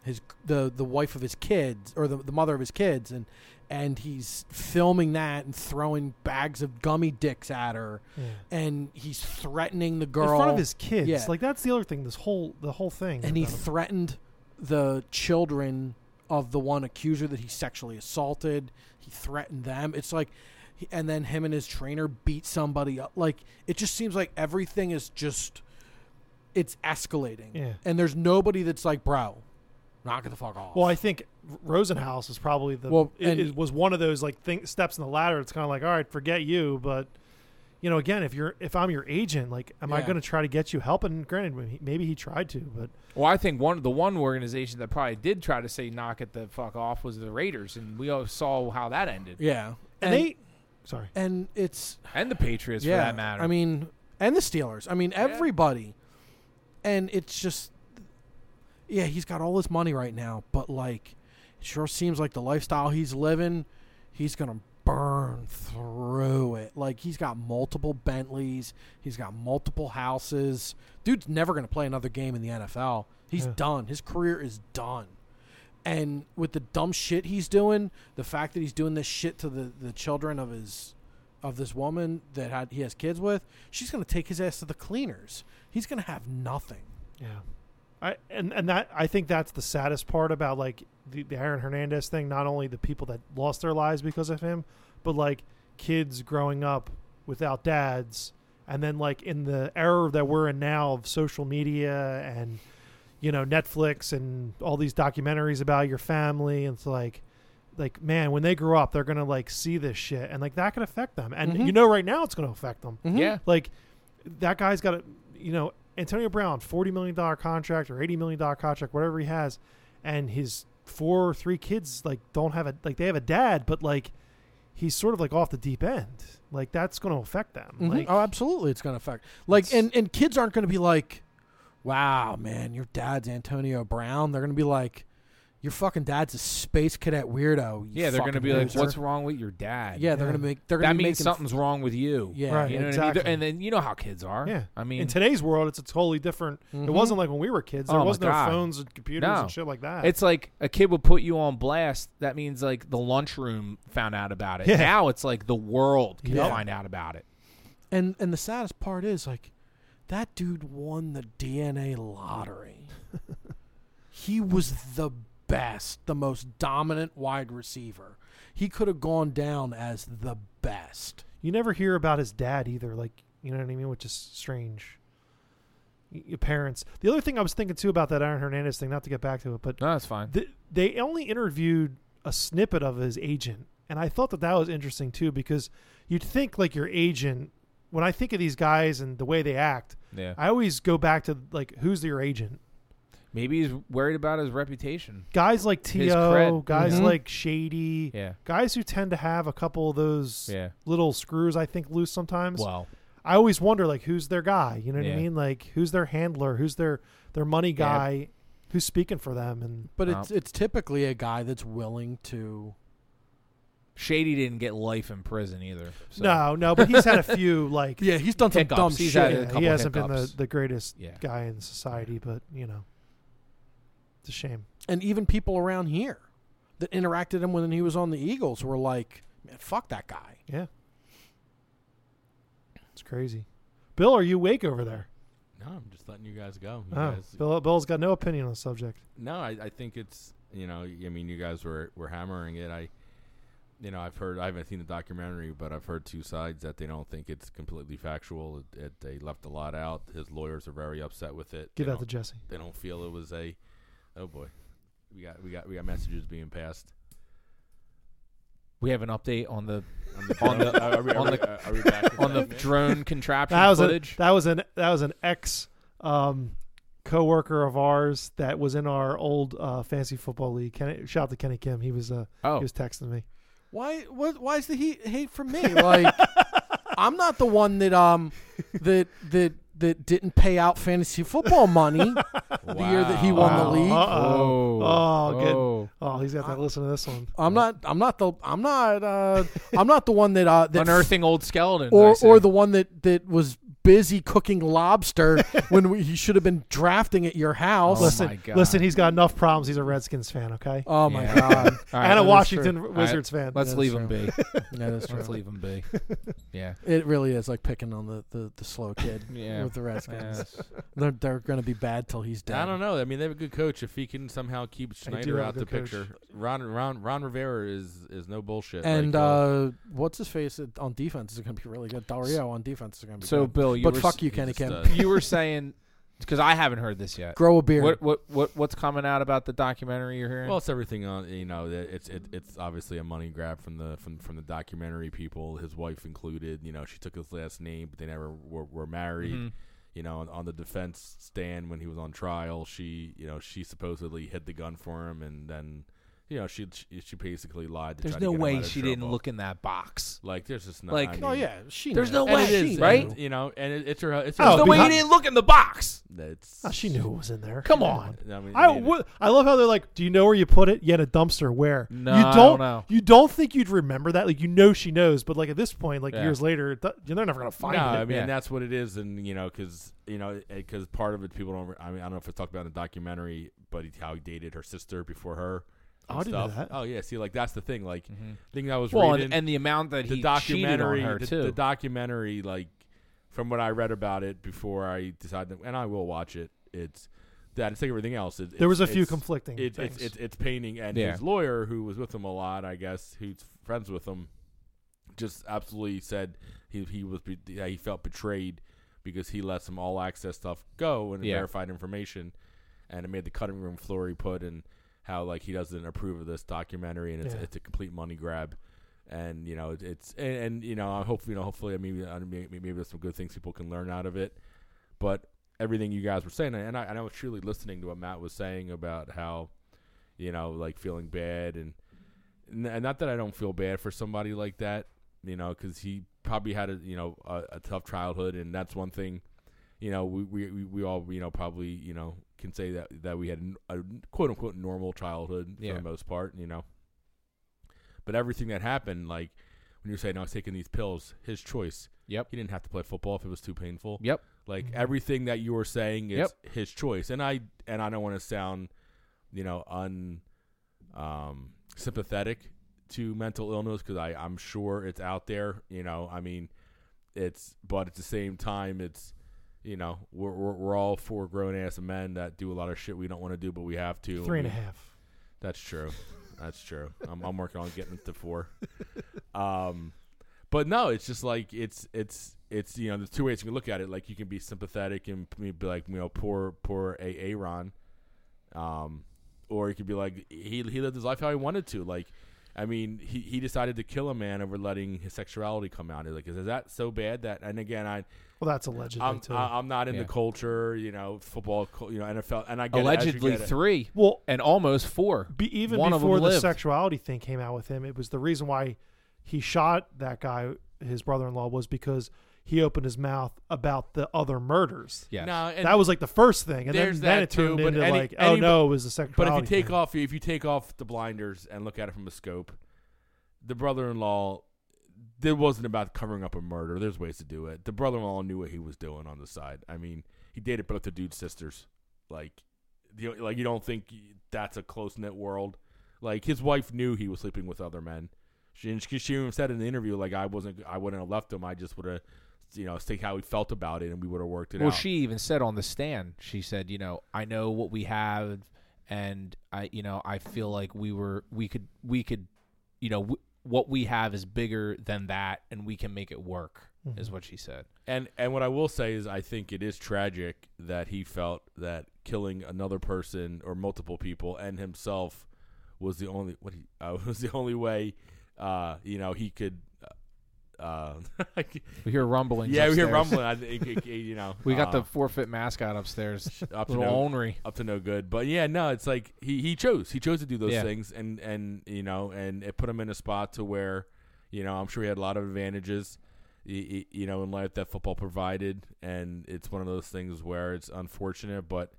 [SPEAKER 4] his the the wife of his kids or the, the mother of his kids and and he's filming that and throwing bags of gummy dicks at her
[SPEAKER 2] Yeah.
[SPEAKER 4] and he's threatening the girl
[SPEAKER 2] in front of his kids.
[SPEAKER 4] Yeah.
[SPEAKER 2] Like that's the other thing. This whole the whole thing.
[SPEAKER 4] and he
[SPEAKER 2] about him.
[SPEAKER 4] threatened the children of the one accuser that he sexually assaulted. He threatened them. It's like, he- and then him and his trainer beat somebody up. Like it just seems like everything is just, it's escalating.
[SPEAKER 2] Yeah.
[SPEAKER 4] And there's nobody that's like, bro, knock it the fuck off.
[SPEAKER 2] Well, I think Rosenhaus is probably the
[SPEAKER 4] Well,
[SPEAKER 2] it,
[SPEAKER 4] and-
[SPEAKER 2] it was one of those like thing, steps in the ladder. It's kind of like, all right, forget you, but you know, again, if you're if I'm your agent, like, am I
[SPEAKER 4] Yeah.
[SPEAKER 2] going to try to get you help? And granted, maybe- maybe he tried to, but
[SPEAKER 1] Well, I think one the one organization that probably did try to say knock it the fuck off was the Raiders, and we all saw how that ended,
[SPEAKER 4] yeah.
[SPEAKER 2] and, they, sorry,
[SPEAKER 4] and it's
[SPEAKER 1] and the Patriots for that matter.
[SPEAKER 4] I mean, and the Steelers. I mean, everybody. And it's just, yeah, he's got all this money right now, but like, it sure seems like the lifestyle he's living, he's gonna burn through it. Like he's got multiple Bentleys, he's got multiple houses. Dude's never gonna play another game in the NFL. He's
[SPEAKER 2] Yeah.
[SPEAKER 4] done. His career is done. And with the dumb shit he's doing, the fact that he's doing this shit to the, the children of his of this woman that had, he has kids with, she's going to take his ass to the cleaners. He's going to have nothing.
[SPEAKER 2] yeah, I and and that I think that's the saddest part about like the, the Aaron Hernandez thing. Not only the people that lost their lives because of him, but like kids growing up without dads, and then like in the era that we're in now of social media and you know Netflix and all these documentaries about your family. and It's like, like man, when they grow up, they're gonna like see this shit, and like that could affect them. And
[SPEAKER 4] Mhm.
[SPEAKER 2] you know, right now, it's gonna affect them.
[SPEAKER 4] mm-hmm.
[SPEAKER 1] yeah,
[SPEAKER 2] Like that guy's got a you know Antonio Brown forty million dollar contract or eighty million dollar contract, whatever he has, and his four or three kids like don't have a like they have a dad, but like he's sort of like off the deep end. Like that's going to affect them.
[SPEAKER 1] Mm-hmm.
[SPEAKER 4] Mhm.
[SPEAKER 2] Like
[SPEAKER 4] oh, absolutely, it's going to affect. Like,
[SPEAKER 2] It's-
[SPEAKER 4] and and kids aren't going to be like, "Wow, man, your dad's Antonio Brown." They're going to be like, "Your fucking dad's a space cadet weirdo." you
[SPEAKER 1] yeah, they're gonna
[SPEAKER 4] fucking
[SPEAKER 1] be like,
[SPEAKER 4] loser."
[SPEAKER 1] "What's wrong with your dad?"
[SPEAKER 4] Yeah, they're
[SPEAKER 2] Yeah.
[SPEAKER 4] going to make. They're going
[SPEAKER 1] that
[SPEAKER 4] to make
[SPEAKER 1] means something's wrong with you.
[SPEAKER 4] Yeah,
[SPEAKER 2] Right.
[SPEAKER 1] you know what I mean?
[SPEAKER 2] exactly.
[SPEAKER 1] They're- And then you know how kids are.
[SPEAKER 2] Yeah.
[SPEAKER 1] I mean, Mm-hmm.
[SPEAKER 2] in today's world, it's a totally different. It
[SPEAKER 4] Mhm.
[SPEAKER 2] wasn't like when we were kids. There
[SPEAKER 1] Oh, my
[SPEAKER 2] was no
[SPEAKER 1] God.
[SPEAKER 2] phones and computers
[SPEAKER 1] No.
[SPEAKER 2] and shit like that.
[SPEAKER 1] It's like a kid would put you on blast. That means like the lunchroom found out about it.
[SPEAKER 2] Yeah.
[SPEAKER 1] Now it's like the world can
[SPEAKER 4] Yeah.
[SPEAKER 1] find out about it.
[SPEAKER 4] And and the saddest part is like that dude won the DNA lottery. he was the best, the most dominant wide receiver. He could have gone down as the best.
[SPEAKER 2] you never hear about his dad either. Like you know what I mean, which is strange. Y- Your parents. The other thing I was thinking too about that Aaron Hernandez thing, not to get back to it, but
[SPEAKER 1] No, that's fine.
[SPEAKER 2] th- they only interviewed a snippet of his agent and i thought that that was interesting too because you'd think like your agent when i think of these guys and the way they act
[SPEAKER 1] yeah.
[SPEAKER 2] i always go back to like who's your agent
[SPEAKER 1] Maybe he's worried about his reputation.
[SPEAKER 2] guys like to
[SPEAKER 1] cred, Mm-hmm.
[SPEAKER 2] guys
[SPEAKER 4] yeah.
[SPEAKER 2] like shady
[SPEAKER 1] Yeah.
[SPEAKER 2] guys who tend to have a couple of those
[SPEAKER 1] Yeah.
[SPEAKER 2] little screws i think loose sometimes
[SPEAKER 1] Well,
[SPEAKER 2] i always wonder like who's their guy you know what
[SPEAKER 1] Yeah.
[SPEAKER 2] i mean like who's their handler who's their their money
[SPEAKER 1] Yeah.
[SPEAKER 2] guy who's speaking for them and
[SPEAKER 4] But
[SPEAKER 1] Oh.
[SPEAKER 4] it's it's typically a guy that's willing to
[SPEAKER 1] Shady didn't get life in prison either. So.
[SPEAKER 2] no no but he's had a few like
[SPEAKER 4] Yeah, he's done some
[SPEAKER 1] Hiccups.
[SPEAKER 4] dumb
[SPEAKER 1] He's
[SPEAKER 4] shit.
[SPEAKER 1] had a
[SPEAKER 2] Yeah,
[SPEAKER 1] couple
[SPEAKER 2] he hasn't been the,
[SPEAKER 1] hiccups.
[SPEAKER 2] the greatest
[SPEAKER 1] Yeah.
[SPEAKER 2] guy in society, but you know, it's a shame.
[SPEAKER 4] and even people around here that interacted him when he was on the Eagles were like, Man, fuck that guy.
[SPEAKER 2] It's crazy. Bill, are you awake over there?
[SPEAKER 3] No, I'm just letting you guys go. You
[SPEAKER 2] Oh,
[SPEAKER 3] guys-
[SPEAKER 2] Bill, Bill's got no opinion on the subject.
[SPEAKER 3] no, I, I think it's you know, I mean, you guys were were hammering it. I, you know, I've heard I haven't seen the documentary, but I've heard two sides that they don't think it's completely factual. It, it, they left a lot out. His lawyers are very upset with it.
[SPEAKER 2] Give
[SPEAKER 3] They
[SPEAKER 2] that to
[SPEAKER 3] don't-
[SPEAKER 2] Jesse.
[SPEAKER 3] They don't feel it was a. Oh boy, we got we got we got messages being passed.
[SPEAKER 1] We have an update on the
[SPEAKER 3] On the
[SPEAKER 1] On the-
[SPEAKER 3] are we, are
[SPEAKER 1] on
[SPEAKER 3] we- are we back to
[SPEAKER 1] on the
[SPEAKER 3] that, man?
[SPEAKER 1] drone contraption
[SPEAKER 2] That was a,
[SPEAKER 1] footage.
[SPEAKER 2] that was an that was an ex um, coworker of ours that was in our old uh, fantasy football league. Kenny, shout out to Kenny Kim. He was uh,
[SPEAKER 1] oh,
[SPEAKER 2] he was texting me.
[SPEAKER 4] Why what why is the heat hate from me? Like I'm not the one that um that that that didn't pay out fantasy football money. the year that he won the
[SPEAKER 1] Wow.
[SPEAKER 4] league.
[SPEAKER 2] Uh-oh. Oh, good.
[SPEAKER 1] oh.
[SPEAKER 2] Oh, he's got to listen to this one.
[SPEAKER 4] I'm not. I'm not the. I'm not. Uh, I'm not the one that. Uh, that
[SPEAKER 1] unearthing old skeletons. I
[SPEAKER 4] or
[SPEAKER 1] see.
[SPEAKER 4] or the one that that was busy cooking lobster when we, he should have been drafting at your house.
[SPEAKER 1] Oh my
[SPEAKER 2] listen,
[SPEAKER 1] God.
[SPEAKER 2] listen, he's got enough problems. He's a Redskins fan, okay?
[SPEAKER 4] Oh my
[SPEAKER 1] Yeah.
[SPEAKER 4] god,
[SPEAKER 1] All
[SPEAKER 2] and a
[SPEAKER 4] that is
[SPEAKER 2] Washington
[SPEAKER 1] All right,
[SPEAKER 2] Wizards fan.
[SPEAKER 1] Let's
[SPEAKER 4] That's
[SPEAKER 1] leave him be.
[SPEAKER 4] that is
[SPEAKER 1] Let's
[SPEAKER 4] true.
[SPEAKER 1] leave him be. Yeah.
[SPEAKER 4] It really is like picking on the, the, the slow kid
[SPEAKER 1] Yeah.
[SPEAKER 4] with the Redskins.
[SPEAKER 1] Yes.
[SPEAKER 4] They're, they're going to be bad till he's dead.
[SPEAKER 3] I don't know. I mean, they have a good coach. If he can somehow keep
[SPEAKER 2] They do
[SPEAKER 3] Schneider
[SPEAKER 2] have a
[SPEAKER 3] out the
[SPEAKER 2] good coach.
[SPEAKER 3] picture, Ron Ron Ron Rivera is is no bullshit.
[SPEAKER 4] And
[SPEAKER 3] Like,
[SPEAKER 4] uh, what's his face on defense is going to be really good. Dario on defense is going to be
[SPEAKER 1] So
[SPEAKER 4] good.
[SPEAKER 1] Bill, you
[SPEAKER 4] But
[SPEAKER 1] were
[SPEAKER 4] fuck you, Kenny
[SPEAKER 3] just uh,
[SPEAKER 4] Kim.
[SPEAKER 3] does.
[SPEAKER 1] you were saying because I haven't heard this yet.
[SPEAKER 4] Grow a beard.
[SPEAKER 1] What what what what's coming out about the documentary you're hearing?
[SPEAKER 3] Well, it's everything on. You know, that it's it, it's obviously a money grab from the from from the documentary people, his wife included. You know, she took his last name, but they never were, were married.
[SPEAKER 1] Mhm.
[SPEAKER 3] You know, on, on the defense stand when he was on trial, she you know she supposedly hid the gun for him, and then you know she she, she basically lied. To
[SPEAKER 1] there's
[SPEAKER 3] try to
[SPEAKER 1] no
[SPEAKER 3] get him out
[SPEAKER 1] way
[SPEAKER 3] of
[SPEAKER 1] she didn't
[SPEAKER 3] trouble.
[SPEAKER 1] look in that box.
[SPEAKER 3] like. There's just not.
[SPEAKER 1] Like-
[SPEAKER 3] I mean,
[SPEAKER 4] oh yeah, she.
[SPEAKER 1] There's no
[SPEAKER 4] knew.
[SPEAKER 1] way
[SPEAKER 4] And
[SPEAKER 1] she
[SPEAKER 4] she
[SPEAKER 1] knew.
[SPEAKER 4] knew.
[SPEAKER 1] right?
[SPEAKER 3] You know, and it, it's her. It's
[SPEAKER 2] Oh,
[SPEAKER 1] There's
[SPEAKER 3] her
[SPEAKER 1] no way you
[SPEAKER 2] behind-
[SPEAKER 1] didn't Ah, look in the box.
[SPEAKER 3] That's
[SPEAKER 2] Oh, she knew it was in there.
[SPEAKER 1] Come on.
[SPEAKER 3] I mean,
[SPEAKER 2] I,
[SPEAKER 3] it-
[SPEAKER 2] wou- I love how they're like, "Do you know where you put it? Yeah, in a dumpster. Where?
[SPEAKER 1] No,
[SPEAKER 2] you
[SPEAKER 1] I
[SPEAKER 2] don't,
[SPEAKER 1] don't know.
[SPEAKER 2] You don't think you'd remember that? Like, you know she knows, but like at this point, like
[SPEAKER 1] Yeah.
[SPEAKER 2] years later, th- they're never gonna find
[SPEAKER 3] no,
[SPEAKER 2] it.
[SPEAKER 3] I mean
[SPEAKER 1] Yeah.
[SPEAKER 3] that's what it is, and you know, because you know, because part of it people don't. re- I mean, I don't know if it's talked about in the documentary, but he, how he dated her sister before her. and
[SPEAKER 2] I didn't know
[SPEAKER 3] stuff.
[SPEAKER 2] that.
[SPEAKER 3] Oh yeah, see, like that's the thing. Like,
[SPEAKER 1] Mhm.
[SPEAKER 3] thing I was
[SPEAKER 1] Well,
[SPEAKER 3] reading
[SPEAKER 1] and, and the amount that
[SPEAKER 3] the
[SPEAKER 1] he
[SPEAKER 3] documentary,
[SPEAKER 1] cheated on her
[SPEAKER 3] the,
[SPEAKER 1] too.
[SPEAKER 3] the documentary, like from what I read about it before I decided, and I will watch it. It's that it's like everything else. It,
[SPEAKER 2] there was a
[SPEAKER 3] it's-
[SPEAKER 2] few
[SPEAKER 3] it's-
[SPEAKER 2] conflicting
[SPEAKER 3] it,
[SPEAKER 2] things.
[SPEAKER 3] it's, it's it's painting and
[SPEAKER 1] Yeah.
[SPEAKER 3] his lawyer who was with him a lot i guess who's friends with him just absolutely said he, he was be- yeah, he felt betrayed because he let some all access stuff go and
[SPEAKER 1] Yeah.
[SPEAKER 3] verified information and it made the cutting room floor he put and how like he doesn't approve of this documentary and it's,
[SPEAKER 2] Yeah.
[SPEAKER 3] it's a complete money grab and you know it, it's and, and you know I hope you know hopefully I mean I mean, maybe maybe there's some good things people can learn out of it but everything you guys were saying, and I, and I was truly listening to what Matt was saying about how, you know, like feeling bad, and, and not that I don't feel bad for somebody like that, you know, because he probably had a you know a, a tough childhood, and that's one thing, you know, we, we we- we all you know probably you know can say that that we had a quote unquote normal childhood for
[SPEAKER 1] Yeah.
[SPEAKER 3] the most part, you know, but everything that happened, like when you're saying I was taking these pills, his choice.
[SPEAKER 1] Yep.
[SPEAKER 3] He didn't have to play football if it was too painful.
[SPEAKER 1] Yep. Mm-hmm.
[SPEAKER 3] Like
[SPEAKER 2] Mhm.
[SPEAKER 3] everything that you were saying is his choice, and I and I don't want to sound, you know, un um, sympathetic to mental illness because I I'm sure it's out there. You know, I mean, it's but at the same time, it's you know we're we're, we're all four grown ass men that do a lot of shit we don't want to do, but we have to.
[SPEAKER 2] Three and a
[SPEAKER 3] We-
[SPEAKER 2] half.
[SPEAKER 3] that's true. That's true. I'm, I'm working on getting it to four. Um, but no, it's just like it's it's it's you know there's two ways you can look at it. Like you can be sympathetic and be like you know poor poor a Aaron, um, or you could be like he he lived his life how he wanted to. Like, I mean he he decided to kill a man over letting his sexuality come out. Like is, is that so bad that? And again, I
[SPEAKER 2] Well, that's allegedly
[SPEAKER 3] I'm,
[SPEAKER 2] too.
[SPEAKER 3] I, I'm not in
[SPEAKER 1] Yeah.
[SPEAKER 3] the culture. You know football. cul- You know NFL. And I get it, as you
[SPEAKER 1] Allegedly
[SPEAKER 3] get it.
[SPEAKER 1] three
[SPEAKER 2] well,
[SPEAKER 1] and almost four.
[SPEAKER 2] be, even
[SPEAKER 1] One of 'em
[SPEAKER 2] before the
[SPEAKER 1] lived.
[SPEAKER 2] sexuality thing came out with him, it was the reason why he shot that guy, his brother-in-law, was because he opened his mouth about the other murders.
[SPEAKER 1] Yes.
[SPEAKER 3] No, and
[SPEAKER 2] that was like the first thing, and
[SPEAKER 3] there's
[SPEAKER 2] then, then
[SPEAKER 3] that
[SPEAKER 2] it turned
[SPEAKER 3] too, but
[SPEAKER 2] into
[SPEAKER 3] any-
[SPEAKER 2] like, oh
[SPEAKER 3] any-
[SPEAKER 2] no, it was the
[SPEAKER 3] But if
[SPEAKER 2] sexuality.
[SPEAKER 3] you take
[SPEAKER 2] thing.
[SPEAKER 3] off if you take off the blinders and look at it from a scope, the brother-in-law there wasn't about covering up a murder. There's ways to do it. The brother-in-law knew what he was doing on the side. I mean, he dated both the dude's sisters. Like, you like you don't think that's a close knit world. Like his wife knew he was sleeping with other men. She and she, she even said in the interview like I wasn't I wouldn't have left him. I just would have you know see how he felt about it and we would have worked it
[SPEAKER 1] well,
[SPEAKER 3] out.
[SPEAKER 1] she even said on the stand, she said, you know, I know what we have, and I, you know, I feel like we were, we could, we could, you know, w- what we have is bigger than that, and we can make it work,
[SPEAKER 3] Mm-hmm.
[SPEAKER 1] is what she said.
[SPEAKER 3] And and what I will say is I think it is tragic that he felt that killing another person or multiple people and himself was the only what he uh, was the only way uh you know he could uh I c-
[SPEAKER 1] We hear rumblings.
[SPEAKER 3] yeah we hear
[SPEAKER 1] upstairs.
[SPEAKER 3] rumbling I think it- it- you know
[SPEAKER 1] We got
[SPEAKER 3] uh,
[SPEAKER 1] the forfeit mascot upstairs.
[SPEAKER 3] up to
[SPEAKER 1] Little
[SPEAKER 3] no
[SPEAKER 1] ornery.
[SPEAKER 3] up to no good but yeah no it's like he he chose he chose to do those
[SPEAKER 1] Yeah.
[SPEAKER 3] things and and you know and it put him in a spot to where you know I'm sure he had a lot of advantages y- y- you know in life that football provided and it's one of those things where it's unfortunate but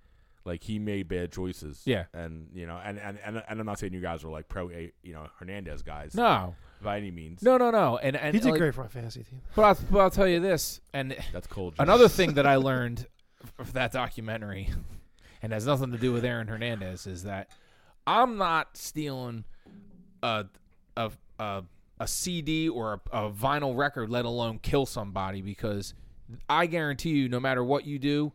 [SPEAKER 3] like he made bad choices
[SPEAKER 1] Yeah.
[SPEAKER 3] and you know and and and, and I'm not saying you guys were like pro you know Hernandez guys
[SPEAKER 1] No,
[SPEAKER 3] by any means.
[SPEAKER 1] No, no, no. And and
[SPEAKER 2] he did
[SPEAKER 1] like,
[SPEAKER 2] great for my fantasy team.
[SPEAKER 1] But I'll, but I'll tell you this, and
[SPEAKER 3] That's cold. Jim.
[SPEAKER 1] another thing that I learned of that documentary, and has nothing to do with Aaron Hernandez, is that I'm not stealing a a a, a CD or a, a vinyl record, let alone kill somebody, because I guarantee you, no matter what you do,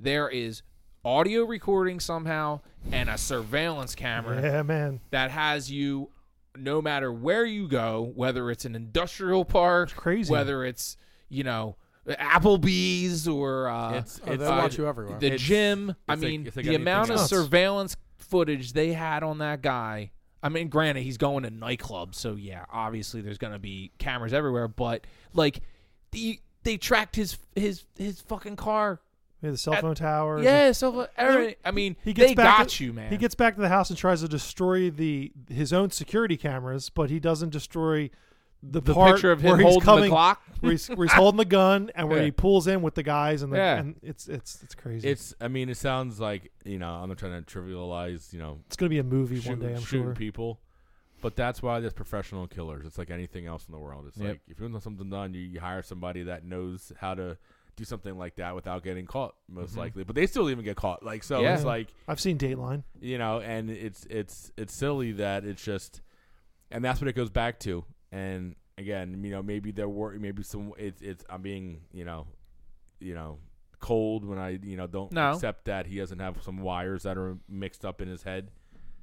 [SPEAKER 1] there is audio recording somehow and a surveillance camera
[SPEAKER 2] Yeah, man.
[SPEAKER 1] that has you no matter where you go, whether it's an industrial park,
[SPEAKER 2] crazy.
[SPEAKER 1] whether it's you know Applebee's or uh,
[SPEAKER 3] It's,
[SPEAKER 4] Oh,
[SPEAKER 3] it's
[SPEAKER 4] they'll watch you everywhere.
[SPEAKER 1] the
[SPEAKER 3] it's-
[SPEAKER 1] gym. I
[SPEAKER 3] it's like-
[SPEAKER 1] mean,
[SPEAKER 3] it's like
[SPEAKER 1] the amount
[SPEAKER 3] anything
[SPEAKER 1] of
[SPEAKER 2] else.
[SPEAKER 1] surveillance footage they had on that guy. I mean, granted, he's going to nightclubs, so yeah, obviously there's going to be cameras everywhere. But like, the, they tracked his his his fucking car.
[SPEAKER 2] We had the cell
[SPEAKER 1] At-
[SPEAKER 2] phone tower.
[SPEAKER 1] Yeah, so uh, every- I mean,
[SPEAKER 2] He gets
[SPEAKER 1] they
[SPEAKER 2] back
[SPEAKER 1] got
[SPEAKER 2] to-
[SPEAKER 1] you, man.
[SPEAKER 2] He gets back to the house and tries to destroy the his own security cameras, but he doesn't destroy the,
[SPEAKER 1] the
[SPEAKER 2] part
[SPEAKER 1] picture of
[SPEAKER 2] where
[SPEAKER 1] him
[SPEAKER 2] he's
[SPEAKER 1] holding
[SPEAKER 2] coming,
[SPEAKER 1] the clock.
[SPEAKER 2] where he's, where he's holding the gun and where
[SPEAKER 1] Yeah.
[SPEAKER 2] he pulls in with the guys and the,
[SPEAKER 1] Yeah.
[SPEAKER 2] and it's it's it's crazy. It's,
[SPEAKER 3] It's. I mean, it sounds like you know. I'm not trying to trivialize. You know,
[SPEAKER 2] gonna be a movie one
[SPEAKER 3] shooting,
[SPEAKER 2] day, I'm
[SPEAKER 3] shooting
[SPEAKER 2] sure.
[SPEAKER 3] people. But that's why there's professional killers. It's like anything else in the world. It's
[SPEAKER 1] Yep.
[SPEAKER 3] like if you want something done, you, you hire somebody that knows how to do something like that without getting caught, most
[SPEAKER 2] Mm-hmm.
[SPEAKER 1] Mhm.
[SPEAKER 3] likely. But they still even get caught. Like so,
[SPEAKER 1] Yeah.
[SPEAKER 3] it's like
[SPEAKER 2] I've seen Dateline.
[SPEAKER 3] you know, and it's it's it's silly that it's just, and that's what it goes back to. And again, you know, maybe there were maybe some. It's it's I'm being you know, you know, cold when I you know don't
[SPEAKER 1] No.
[SPEAKER 3] accept that he doesn't have some wires that are mixed up in his head,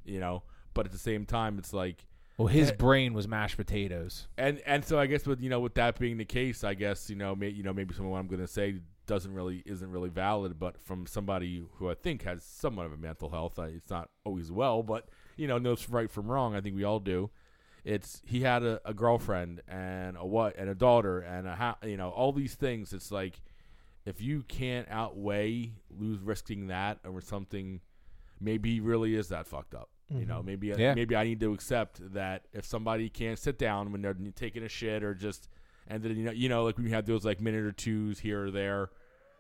[SPEAKER 3] you know. But at the same time, it's like
[SPEAKER 1] Well, his
[SPEAKER 3] That-
[SPEAKER 1] brain was mashed potatoes.
[SPEAKER 3] and and so I guess with you know with that being the case, I guess you know may, you know maybe some of what I'm going to say doesn't really isn't really valid, but from somebody who I think has somewhat of a mental health, I, it's not always well, but you know knows right from wrong. I think we all do. It's he had a, a girlfriend and a what and a daughter and a ha- you know all these things. It's like if you can't outweigh lose risking that over something, maybe he really is that fucked up. You know, maybe
[SPEAKER 1] Yeah.
[SPEAKER 3] maybe I need to accept that if somebody can't sit down when they're taking a shit or just and then you know you know like when you have those like minute or twos here or there,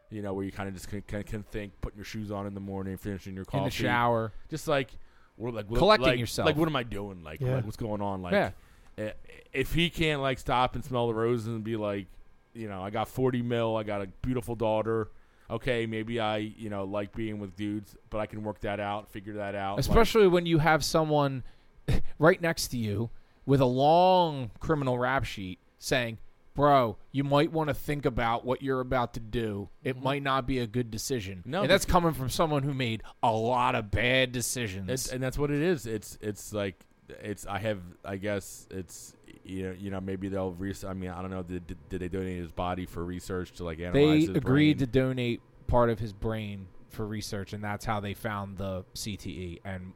[SPEAKER 3] you know where you kind of just can, can, can think, putting your shoes on in the morning, finishing your coffee,
[SPEAKER 1] in the shower.
[SPEAKER 3] just like what, like what,
[SPEAKER 1] Collecting
[SPEAKER 3] like-
[SPEAKER 1] yourself.
[SPEAKER 3] Like what am I doing? Like,
[SPEAKER 2] Yeah.
[SPEAKER 3] like, what's going on? Like,
[SPEAKER 1] Yeah.
[SPEAKER 3] i- if he can't like stop and smell the roses and be like, you know, I got forty mil, I got a beautiful daughter. Okay, maybe I you know like being with dudes, but I can work that out, figure that out. like-
[SPEAKER 1] Especially when you have someone right next to you with a long criminal rap sheet saying, Bro, you might want to think about what you're about to do. It might not be a good decision.
[SPEAKER 3] Mm-hmm. No,
[SPEAKER 1] and that's coming from someone who made a lot of bad decisions.
[SPEAKER 3] It's, and that's what it is. It's it's like it's I have I guess it's you know you know maybe they'll re- I mean I don't know did, did they donate his body for research to like
[SPEAKER 1] they
[SPEAKER 3] analyze his
[SPEAKER 1] agreed to
[SPEAKER 3] brain?
[SPEAKER 1] donate part of his brain for research, and that's how they found the CTE. And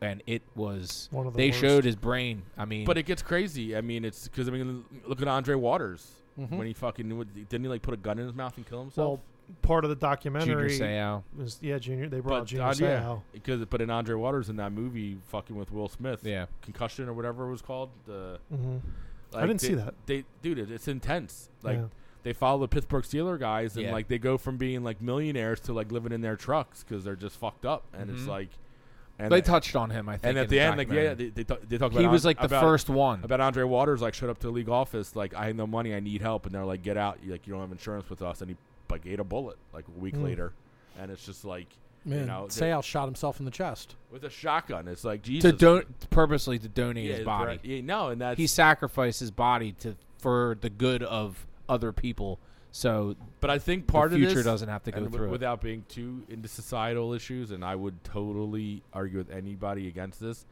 [SPEAKER 1] and it was
[SPEAKER 2] One of the
[SPEAKER 1] they
[SPEAKER 2] worst.
[SPEAKER 1] showed his brain. I mean,
[SPEAKER 3] but it gets crazy. I mean it's because I mean look at Andre Waters when he fucking what- didn't he like put a gun in his mouth and kill himself
[SPEAKER 2] Mm-hmm. Well, part of the
[SPEAKER 1] Junior
[SPEAKER 2] documentary
[SPEAKER 1] Seau.
[SPEAKER 2] was yeah, Junior. They brought
[SPEAKER 3] but
[SPEAKER 2] Junior
[SPEAKER 3] uh, yeah
[SPEAKER 2] Seau.
[SPEAKER 3] because but in Andre Waters in that movie fucking with Will Smith
[SPEAKER 1] Yeah.
[SPEAKER 3] concussion or whatever it was called the
[SPEAKER 2] Mhm.
[SPEAKER 3] like,
[SPEAKER 2] didn't
[SPEAKER 3] they-
[SPEAKER 2] see that.
[SPEAKER 3] they dude it- it's intense like
[SPEAKER 2] Yeah.
[SPEAKER 3] they follow the Pittsburgh Steeler guys, and
[SPEAKER 1] Yeah.
[SPEAKER 3] like they go from being like millionaires to like living in their trucks because they're just fucked up, and it's
[SPEAKER 1] Mhm.
[SPEAKER 3] like, and
[SPEAKER 1] They
[SPEAKER 3] at-
[SPEAKER 1] touched on him, I think.
[SPEAKER 3] and
[SPEAKER 1] in
[SPEAKER 3] at the end, like yeah,
[SPEAKER 1] documentary.
[SPEAKER 3] they they, talk, they talk about
[SPEAKER 1] he was
[SPEAKER 3] An-
[SPEAKER 1] like the
[SPEAKER 3] about-
[SPEAKER 1] first one.
[SPEAKER 3] about Andre Waters like showed up to the league office like I have no money, I need help, and they're like get out, you like you don't have insurance with us, and he like ate a bullet like a week
[SPEAKER 1] Hmm.
[SPEAKER 2] Mm.
[SPEAKER 3] later, and it's just like
[SPEAKER 4] Man,
[SPEAKER 3] you know they-
[SPEAKER 4] Seau shot himself in the chest.
[SPEAKER 3] with a shotgun, it's like Jesus
[SPEAKER 1] to don't purposely to donate
[SPEAKER 3] yeah,
[SPEAKER 1] his body.
[SPEAKER 3] right, yeah, no, and that's
[SPEAKER 1] He sacrificed his body to for the good of other people, so
[SPEAKER 3] but I think part
[SPEAKER 1] the
[SPEAKER 3] of
[SPEAKER 1] future
[SPEAKER 3] this,
[SPEAKER 1] doesn't have to go
[SPEAKER 3] and w-
[SPEAKER 1] through. it.
[SPEAKER 3] without being too into societal issues and i would totally argue with anybody against this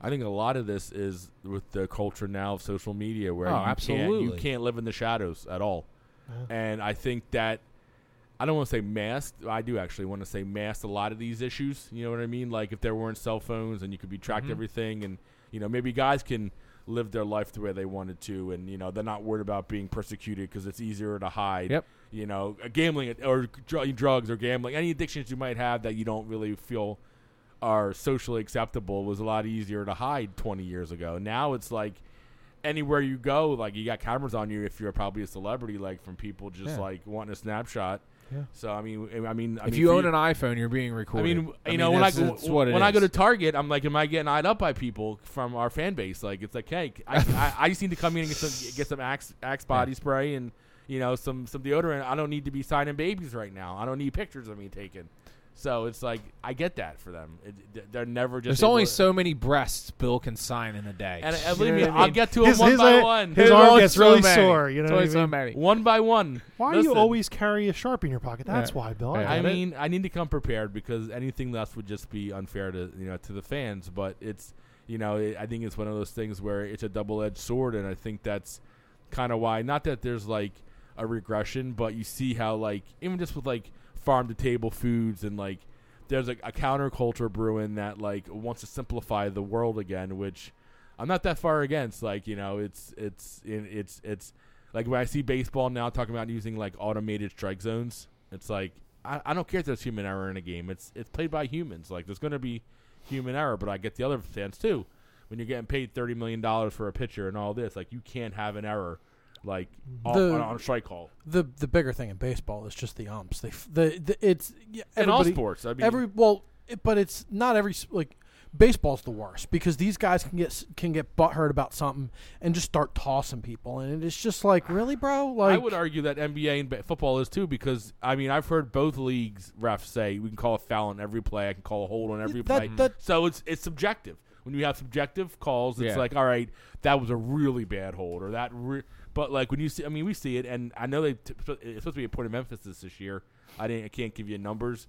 [SPEAKER 3] i think a lot of this is with the culture now of social media where
[SPEAKER 1] Oh,
[SPEAKER 3] you, Can't,
[SPEAKER 1] absolutely.
[SPEAKER 3] you can't live in the shadows at all
[SPEAKER 2] Yeah.
[SPEAKER 3] and i think that i don't want to say masked i do actually want to say masked a lot of these issues you know what i mean like if there weren't cell phones and you could be tracked
[SPEAKER 1] Mhm.
[SPEAKER 3] everything and you know maybe guys can live their life the way they wanted to and you know they're not worried about being persecuted because it's easier to hide
[SPEAKER 1] Yep.
[SPEAKER 3] you know uh, gambling or dr- drugs or gambling any addictions you might have that you don't really feel are socially acceptable was a lot easier to hide 20 years ago now it's like anywhere you go like you got cameras on you if you're probably a celebrity like from people just
[SPEAKER 1] Yeah.
[SPEAKER 3] like wanting a snapshot
[SPEAKER 2] Yeah.
[SPEAKER 3] So I mean, I mean, I
[SPEAKER 1] if
[SPEAKER 3] mean,
[SPEAKER 1] you
[SPEAKER 3] for
[SPEAKER 1] own an iPhone, you're being
[SPEAKER 3] I
[SPEAKER 1] recorded.
[SPEAKER 3] mean, you know, when I
[SPEAKER 1] that's-
[SPEAKER 3] go,
[SPEAKER 1] that's what it
[SPEAKER 3] when I go
[SPEAKER 1] is.
[SPEAKER 3] to Target, I'm like, am I getting eyed up by people from our fan base? Like, it's like, hey, I, I, I just need to come in and get some get some Axe Axe body spray and you know some some deodorant. I don't need to be signing babies right now. I don't need pictures of me taken. So it's like I get that for them. It, they're never just
[SPEAKER 1] there's only
[SPEAKER 3] able to-
[SPEAKER 1] so many breasts Bill can sign in a day.
[SPEAKER 3] And,
[SPEAKER 1] You
[SPEAKER 3] and believe
[SPEAKER 1] know
[SPEAKER 3] me,
[SPEAKER 1] what I
[SPEAKER 3] I'll
[SPEAKER 1] mean?
[SPEAKER 3] get to them one
[SPEAKER 2] his,
[SPEAKER 3] by
[SPEAKER 2] ar-
[SPEAKER 3] one.
[SPEAKER 2] his
[SPEAKER 1] There's
[SPEAKER 2] arm
[SPEAKER 1] only
[SPEAKER 2] gets
[SPEAKER 1] so
[SPEAKER 2] really
[SPEAKER 1] many.
[SPEAKER 2] sore. You know
[SPEAKER 1] It's
[SPEAKER 2] what I
[SPEAKER 1] only so
[SPEAKER 2] mean?
[SPEAKER 1] many.
[SPEAKER 3] One by one.
[SPEAKER 2] Why do
[SPEAKER 3] Listen,
[SPEAKER 2] you always carry a sharpie in your pocket? That's
[SPEAKER 1] Yeah.
[SPEAKER 2] why, Bill. I
[SPEAKER 1] Yeah.
[SPEAKER 2] get
[SPEAKER 3] I
[SPEAKER 2] it.
[SPEAKER 3] mean, I need to come prepared because anything less would just be unfair to you know to the fans. But it's you know it, I think it's one of those things where it's a double edged sword, and I think that's kind of why not that there's like a regression, but you see how like even just with like farm to table foods and like there's like a counterculture brewing that like wants to simplify the world again, which I'm not that far against. Like you know, it's it's it, it's it's like when I see baseball now talking about using like automated strike zones, it's like I, I don't care if there's human error in a game. It's it's played by humans. Like there's going to be human error, but I get the other sense too. When you're getting paid thirty million dollars for a pitcher and all this, like you can't have an error like on,
[SPEAKER 4] Mm-hmm. The-
[SPEAKER 3] on, on a strike call
[SPEAKER 4] the the bigger thing in baseball is just the umps. They f- the, the it's yeah,
[SPEAKER 3] in all
[SPEAKER 4] everybody-
[SPEAKER 3] sports. I mean,
[SPEAKER 4] every well, it, but it's not every s- like baseball's the worst because these guys can get s- can get butthurt about something and just start tossing people, and it's just like really, bro. Like
[SPEAKER 3] I would argue that NBA and ba- football is too because I mean I've heard both leagues refs say we can call a foul on every play, I can call a hold on every
[SPEAKER 4] that-
[SPEAKER 3] play.
[SPEAKER 4] that-
[SPEAKER 3] so it's it's subjective. When you have subjective calls, it's
[SPEAKER 1] Yeah.
[SPEAKER 3] like all right, that was a really bad hold or that. Re- but like when you see, I mean, we see it, and I know they t- it's supposed to be a point of emphasis this year. I didn't, I can't give you numbers,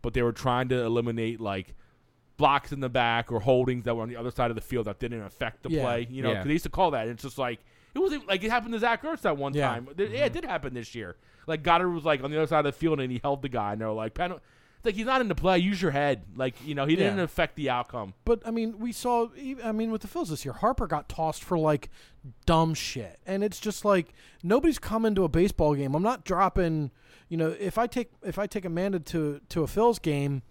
[SPEAKER 3] but they were trying to eliminate like blocks in the back or holdings that were on the other side of the field that didn't affect the
[SPEAKER 4] Yeah.
[SPEAKER 3] play. You know,
[SPEAKER 1] Yeah.
[SPEAKER 3] 'cause they used to call that. And it's just like it was not like it happened to Zach Ertz that one
[SPEAKER 4] Yeah.
[SPEAKER 3] time. Th-
[SPEAKER 1] Mm-hmm.
[SPEAKER 3] Yeah, it did happen this year. Like Goddard was like on the other side of the field and he held the guy, and they were like, "Penal." It's like he's not in the play. Use your head. Like you know, he didn't
[SPEAKER 4] Yeah.
[SPEAKER 3] affect the outcome.
[SPEAKER 4] But I mean, we saw. ev- I mean, with the Phils this year, Harper got tossed for like dumb shit, and it's just like nobody's coming to a baseball game. I'm not dropping. You know, if I take if I take Amanda to to a Phils game,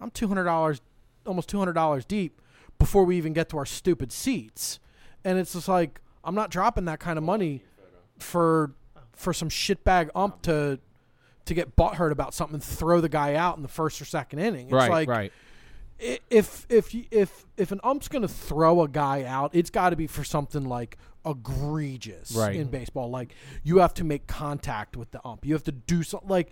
[SPEAKER 4] I'm two hundred dollars, almost two hundred dollars deep before we even get to our stupid seats, and it's just like I'm not dropping that kind of money for for some shitbag ump to to get butthurt about something, and throw the guy out in the first or second inning. It's
[SPEAKER 1] right,
[SPEAKER 4] like
[SPEAKER 1] right.
[SPEAKER 4] i- if if you- if if an ump's going to throw a guy out, it's got to be for something like egregious
[SPEAKER 1] Right.
[SPEAKER 4] in baseball. Like you have to make contact with the ump. You have to do something like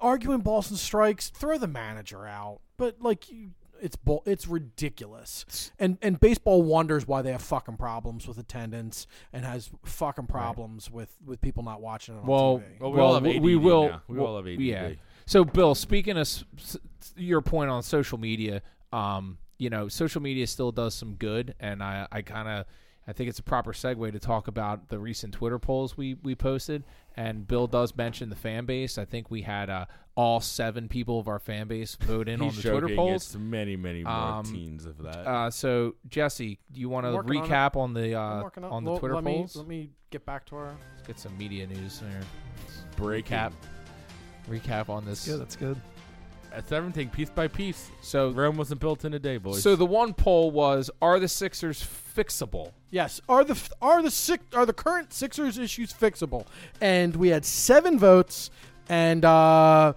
[SPEAKER 4] arguing balls and strikes. Throw the manager out, but like you, it's bull. It's ridiculous. And and baseball wonders why they have fucking problems with attendance and has fucking problems with with people not watching it on
[SPEAKER 1] Well, uh,
[SPEAKER 4] TV.
[SPEAKER 3] Well,
[SPEAKER 1] well,
[SPEAKER 3] we all have
[SPEAKER 1] we-
[SPEAKER 3] ADD
[SPEAKER 1] we will.
[SPEAKER 3] now. We
[SPEAKER 1] well,
[SPEAKER 3] all have ADD.
[SPEAKER 1] Yeah. So, Bill, speaking of s- s- your point on social media, um, you know, social media still does some good, and I, I kind of, I think it's a proper segue to talk about the recent Twitter polls we we posted, and Bill does mention the fan base. I think we had uh, all seven people of our fan base vote in on
[SPEAKER 3] He's
[SPEAKER 1] the
[SPEAKER 3] joking.
[SPEAKER 1] Twitter polls.
[SPEAKER 3] It's many, many more
[SPEAKER 1] Um,
[SPEAKER 3] teens of that.
[SPEAKER 1] Uh, so, Jesse, do you want to
[SPEAKER 4] I'm working on it.
[SPEAKER 1] recap on, the
[SPEAKER 4] I'm
[SPEAKER 1] uh,
[SPEAKER 4] working
[SPEAKER 1] on the
[SPEAKER 4] Well,
[SPEAKER 1] Twitter
[SPEAKER 4] let
[SPEAKER 1] polls?
[SPEAKER 4] Me, let me get back to our.
[SPEAKER 1] Let's get some media news there.
[SPEAKER 3] Break
[SPEAKER 1] recap. Recap on this.
[SPEAKER 2] Yeah, that's good.
[SPEAKER 3] That's everything, piece by piece.
[SPEAKER 1] So
[SPEAKER 3] Rome wasn't built in a day, boys.
[SPEAKER 1] So the one poll was: Are the Sixers fixable?
[SPEAKER 4] Yes, are the are the six are the current Sixers issues fixable? And we had seven votes, and uh,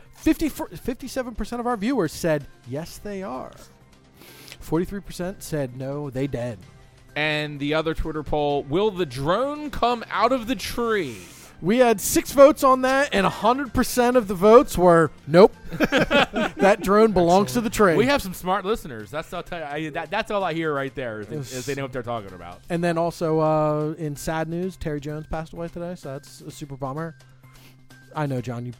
[SPEAKER 4] 57 percent of our viewers said yes, they are. Forty-three percent said no, they dead.
[SPEAKER 1] And the other Twitter poll: Will the drone come out of the tree?
[SPEAKER 4] We had six votes on that, and hundred percent of the votes were nope. that drone belongs to the trade.
[SPEAKER 3] we have some smart listeners. That's all. Tell you, I, that, that's all I hear right there. Is, is they know what they're talking about.
[SPEAKER 4] and then also uh, in sad news, Terry Jones passed away today, so that's a super bummer. I know, John. You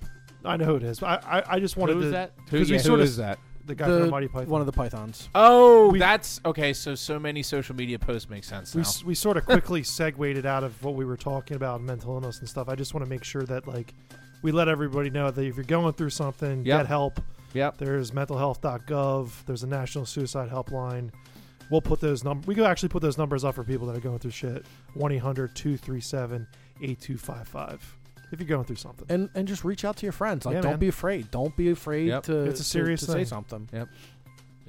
[SPEAKER 2] I know who it is. but I I, I just wanted
[SPEAKER 3] Who
[SPEAKER 2] to
[SPEAKER 3] is that?
[SPEAKER 1] Who,
[SPEAKER 2] 'Cause we sorta s-
[SPEAKER 1] that?
[SPEAKER 2] the guy from
[SPEAKER 4] the-
[SPEAKER 2] the Mighty Python.
[SPEAKER 4] one of the Pythons.
[SPEAKER 1] Oh,
[SPEAKER 2] We-
[SPEAKER 1] that's okay. So so many social media posts make sense
[SPEAKER 2] we,
[SPEAKER 1] now.
[SPEAKER 2] s- we sort of quickly segued it out of what we were talking about mental illness and stuff i just want to make sure that like we let everybody know that if you're going through something
[SPEAKER 1] Yep.
[SPEAKER 2] get help
[SPEAKER 1] Yep.
[SPEAKER 2] there's mentalhealth.gov there's a national suicide helpline we'll put those numbers we can actually put those numbers up for people that are going through shit 1-800-237-8255 if you're going through something
[SPEAKER 4] and and just reach out to your friends. Like,
[SPEAKER 2] Yeah,
[SPEAKER 4] don't
[SPEAKER 2] man.
[SPEAKER 4] be afraid. Don't be afraid
[SPEAKER 1] Yep.
[SPEAKER 4] to.
[SPEAKER 2] It's a
[SPEAKER 4] to-
[SPEAKER 2] serious
[SPEAKER 4] to,
[SPEAKER 2] thing.
[SPEAKER 4] say something.
[SPEAKER 3] It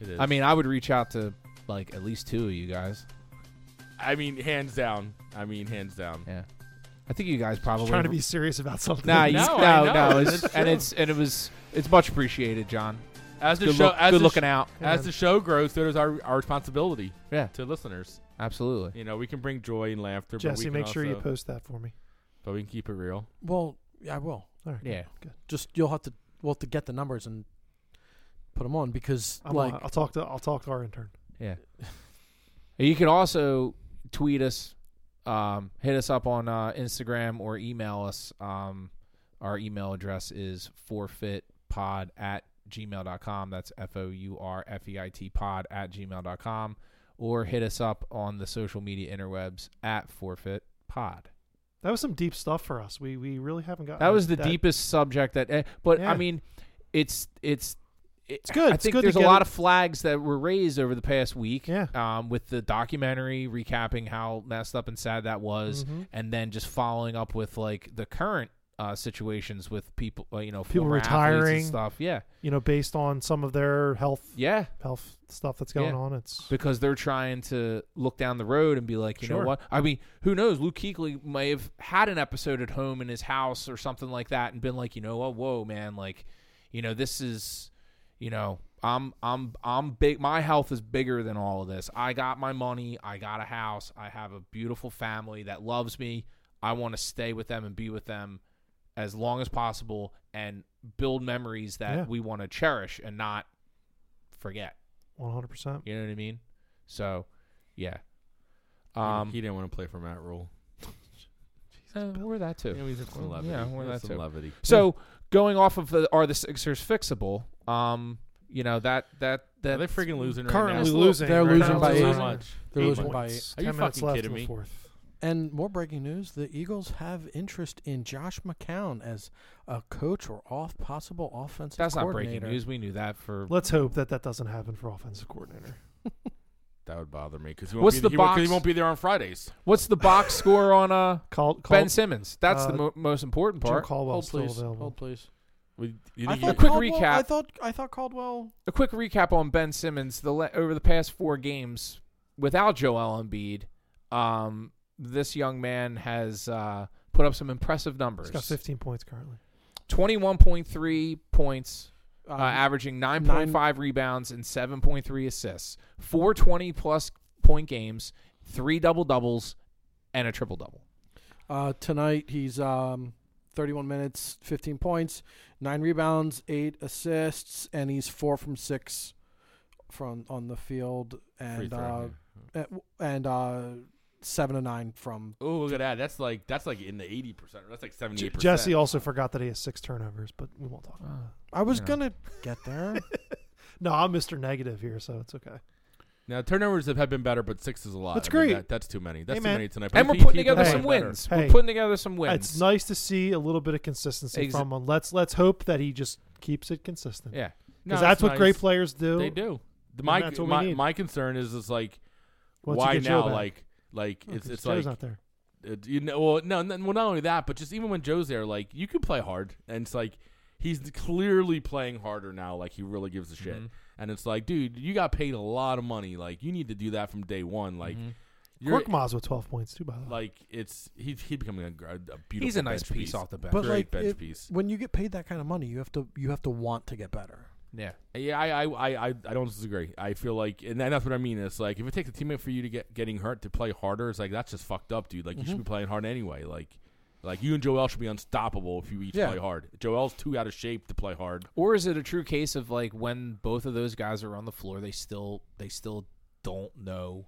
[SPEAKER 3] is.
[SPEAKER 1] I mean, I would reach out to like at least two of you guys.
[SPEAKER 3] I mean, hands down. I mean, hands down.
[SPEAKER 1] Yeah. I think you guys probably
[SPEAKER 2] trying to be serious about something.
[SPEAKER 1] Nah, you,
[SPEAKER 5] No, I
[SPEAKER 1] no,
[SPEAKER 5] know.
[SPEAKER 1] no,
[SPEAKER 5] It's
[SPEAKER 1] it's, and
[SPEAKER 5] true.
[SPEAKER 1] it's and it was it's much appreciated, John.
[SPEAKER 3] As the
[SPEAKER 1] Good,
[SPEAKER 3] show,
[SPEAKER 1] look-
[SPEAKER 3] as
[SPEAKER 1] good
[SPEAKER 3] the
[SPEAKER 1] looking
[SPEAKER 3] sh-
[SPEAKER 1] out.
[SPEAKER 3] as the show grows, so does our, our responsibility
[SPEAKER 1] Yeah.
[SPEAKER 3] to listeners.
[SPEAKER 1] Absolutely.
[SPEAKER 3] You know, we can bring joy and laughter. but we
[SPEAKER 2] Jesse,
[SPEAKER 3] can
[SPEAKER 2] make sure you
[SPEAKER 3] also-
[SPEAKER 2] post that for me.
[SPEAKER 3] But we can keep it real.
[SPEAKER 4] Well, yeah, I will.
[SPEAKER 2] All right.
[SPEAKER 1] Yeah.
[SPEAKER 4] Just you'll have to we'll have to get the numbers and put them on because
[SPEAKER 2] I'm
[SPEAKER 4] like
[SPEAKER 2] on- I'll talk to I'll talk to our intern.
[SPEAKER 1] You can also tweet us, um, hit us up on uh, Instagram or email us. Um, our email address is forfeitpod at gmail.com. That's F O U R F E I T pod at gmail.com. Or hit us up on the social media interwebs at forfeit pod.
[SPEAKER 2] Uh, That was some deep stuff for us. We we really haven't gotten
[SPEAKER 1] That was the deepest subject that, eh, but
[SPEAKER 2] Yeah.
[SPEAKER 1] I mean, it's it's it's
[SPEAKER 2] good.
[SPEAKER 1] I
[SPEAKER 2] It's
[SPEAKER 1] think
[SPEAKER 2] good to
[SPEAKER 1] there's a
[SPEAKER 2] get
[SPEAKER 1] lot of
[SPEAKER 2] it-
[SPEAKER 1] flags that were raised over the past week.
[SPEAKER 2] Yeah.
[SPEAKER 1] Um, with the documentary recapping how messed up and sad that was,
[SPEAKER 4] Mm-hmm.
[SPEAKER 2] Mhm.
[SPEAKER 1] and then just following up with like the current uh, situations with people, uh, you know,
[SPEAKER 2] People
[SPEAKER 1] former athletes and
[SPEAKER 2] retiring.
[SPEAKER 1] stuff. Yeah,
[SPEAKER 2] you know based on some of their health
[SPEAKER 1] yeah,
[SPEAKER 2] health stuff that's going
[SPEAKER 1] Yeah.
[SPEAKER 2] on. It's
[SPEAKER 1] because they're trying to look down the road and be like, you
[SPEAKER 2] Sure.
[SPEAKER 1] know what? I mean, who knows? Luke Kuechly may have had an episode at home in his house or something like that, and been like, you know what? Whoa, man! Like, you know, this is, you know, I'm, I'm, I'm big. My health is bigger than all of this. I got my money. I got a house. I have a beautiful family that loves me. I want to stay with them and be with them as long as possible and build memories that
[SPEAKER 2] Yeah.
[SPEAKER 1] we want to cherish and not forget.
[SPEAKER 2] 100. percent
[SPEAKER 1] You know what I mean? So, yeah.
[SPEAKER 3] Um,
[SPEAKER 1] Um,
[SPEAKER 3] he didn't want to play for Matt Rule.
[SPEAKER 1] uh, we're that too.
[SPEAKER 3] Yeah, he's at some levity.
[SPEAKER 1] yeah, we're
[SPEAKER 3] He has
[SPEAKER 1] that
[SPEAKER 3] some
[SPEAKER 1] too.
[SPEAKER 3] levity.
[SPEAKER 1] So, going off of the, are the Sixers fixable? Um, you know that that
[SPEAKER 3] Are
[SPEAKER 1] that
[SPEAKER 3] they freaking losing right now?
[SPEAKER 2] Currently
[SPEAKER 4] That's a
[SPEAKER 2] losing.
[SPEAKER 4] little- they're
[SPEAKER 2] right
[SPEAKER 4] losing
[SPEAKER 2] now.
[SPEAKER 4] by
[SPEAKER 3] Currently
[SPEAKER 4] eight.
[SPEAKER 3] losing by much.
[SPEAKER 4] they're
[SPEAKER 2] Eight
[SPEAKER 4] losing by
[SPEAKER 2] points.
[SPEAKER 4] eight.
[SPEAKER 3] Are you
[SPEAKER 2] Ten minutes
[SPEAKER 3] fucking
[SPEAKER 2] left
[SPEAKER 3] kidding
[SPEAKER 2] in the
[SPEAKER 3] me?
[SPEAKER 2] Fourth.
[SPEAKER 4] And more breaking news: the Eagles have interest in Josh McCown as a coach or off possible offensive.
[SPEAKER 1] that's not breaking
[SPEAKER 4] coordinator.
[SPEAKER 1] news. We knew that for.
[SPEAKER 2] Let's hope that that doesn't happen for offensive coordinator.
[SPEAKER 3] That would bother me because he,
[SPEAKER 1] What's
[SPEAKER 3] won't be-
[SPEAKER 1] the
[SPEAKER 3] he, won't- 'cause
[SPEAKER 1] box?
[SPEAKER 3] he won't be there on Fridays.
[SPEAKER 1] What's the box score on uh
[SPEAKER 2] Call, call
[SPEAKER 1] Ben Simmons? That's the
[SPEAKER 2] uh,
[SPEAKER 1] mo- most important
[SPEAKER 2] Jim
[SPEAKER 1] part.
[SPEAKER 2] Caldwell's
[SPEAKER 4] Hold
[SPEAKER 2] still
[SPEAKER 4] please.
[SPEAKER 2] available.
[SPEAKER 4] Hold please.
[SPEAKER 3] We, you
[SPEAKER 4] I
[SPEAKER 3] think
[SPEAKER 4] thought
[SPEAKER 1] a quick
[SPEAKER 4] Caldwell-
[SPEAKER 1] recap.
[SPEAKER 4] I thought I thought Caldwell.
[SPEAKER 1] A quick recap on Ben Simmons. The le- over the past four games without Joel Embiid, um, this young man has uh, put up some impressive numbers.
[SPEAKER 2] He's got 15 points currently.
[SPEAKER 1] 21.3 points,
[SPEAKER 4] Uh,
[SPEAKER 1] uh, averaging 9.5 rebounds and 7.3 assists, 420 plus point games, three double doubles, and a triple double.
[SPEAKER 4] uh, tonight he's um, 31 minutes, 15 points, nine rebounds, eight assists, and he's four from six from on the field, and uh, and- and uh, seven to nine from.
[SPEAKER 3] Oh, look at that. That's like that's like in the eighty percent. That's like seventy
[SPEAKER 2] J-
[SPEAKER 3] eight percent.
[SPEAKER 2] Jesse also forgot that he has six turnovers, but we won't
[SPEAKER 3] Ah.
[SPEAKER 2] talk.
[SPEAKER 4] I was
[SPEAKER 1] Yeah.
[SPEAKER 4] gonna get there.
[SPEAKER 2] No, I'm Mr. Negative here, so it's okay.
[SPEAKER 3] Now turnovers have have been better, but six is a lot.
[SPEAKER 2] That's
[SPEAKER 3] I mean,
[SPEAKER 2] great.
[SPEAKER 3] that- that's too many.
[SPEAKER 2] Hey,
[SPEAKER 3] That's too
[SPEAKER 2] man.
[SPEAKER 3] many tonight. but
[SPEAKER 1] and
[SPEAKER 3] if
[SPEAKER 1] we're
[SPEAKER 3] he
[SPEAKER 1] putting
[SPEAKER 3] keep
[SPEAKER 1] together
[SPEAKER 3] playing
[SPEAKER 1] some
[SPEAKER 3] better-
[SPEAKER 1] wins.
[SPEAKER 2] Hey.
[SPEAKER 1] We're putting together some wins.
[SPEAKER 2] It's nice to see a little bit of consistency
[SPEAKER 1] Exa-
[SPEAKER 2] from him. Let's let's hope that he just keeps it consistent.
[SPEAKER 1] Yeah.
[SPEAKER 3] No,
[SPEAKER 2] Because
[SPEAKER 3] it's
[SPEAKER 2] that's what great
[SPEAKER 3] nice.
[SPEAKER 2] players do.
[SPEAKER 3] They do. The-
[SPEAKER 2] And
[SPEAKER 3] my
[SPEAKER 2] that's what we
[SPEAKER 3] my,
[SPEAKER 2] need.
[SPEAKER 3] my concern is is like
[SPEAKER 2] Once you
[SPEAKER 3] why
[SPEAKER 2] get Joe
[SPEAKER 3] now?
[SPEAKER 2] back.
[SPEAKER 3] Like like
[SPEAKER 2] Oh,
[SPEAKER 3] it's
[SPEAKER 2] 'cause
[SPEAKER 3] it's
[SPEAKER 2] Joe's
[SPEAKER 3] like
[SPEAKER 2] not there.
[SPEAKER 3] it- you know well no n- well not only that but just even when Joe's there like you can play hard and it's like he's clearly playing harder now like he really gives a shit
[SPEAKER 2] Mm-hmm.
[SPEAKER 1] Mhm.
[SPEAKER 3] and it's like dude you got paid a lot of money like you need to do that from day one like
[SPEAKER 2] Mm-hmm.
[SPEAKER 1] Mhm.
[SPEAKER 3] you're
[SPEAKER 2] Korkmaz with 12 points too, by the way.
[SPEAKER 3] like it's he's he's becoming a, gr- a beautiful
[SPEAKER 1] He's a nice
[SPEAKER 3] bench
[SPEAKER 1] piece, off the bench.
[SPEAKER 4] But
[SPEAKER 3] great
[SPEAKER 4] like,
[SPEAKER 3] bench
[SPEAKER 4] it-
[SPEAKER 3] piece
[SPEAKER 4] when you get paid that kind of money, you have to you have to want to get better.
[SPEAKER 1] yeah.
[SPEAKER 3] Yeah, I, I, I, I I don't disagree. I feel like, and that's what I mean. It's like if it takes a teammate for you to get getting hurt to play harder, it's like that's just fucked up, dude. Like you
[SPEAKER 2] Mm-hmm.
[SPEAKER 3] should be playing hard anyway. Like, like you and Joel should be unstoppable if you each
[SPEAKER 4] Yeah.
[SPEAKER 3] play hard. Joel's too out of shape to play hard.
[SPEAKER 1] Or is it a true case of like when both of those guys are on the floor, they still they still don't know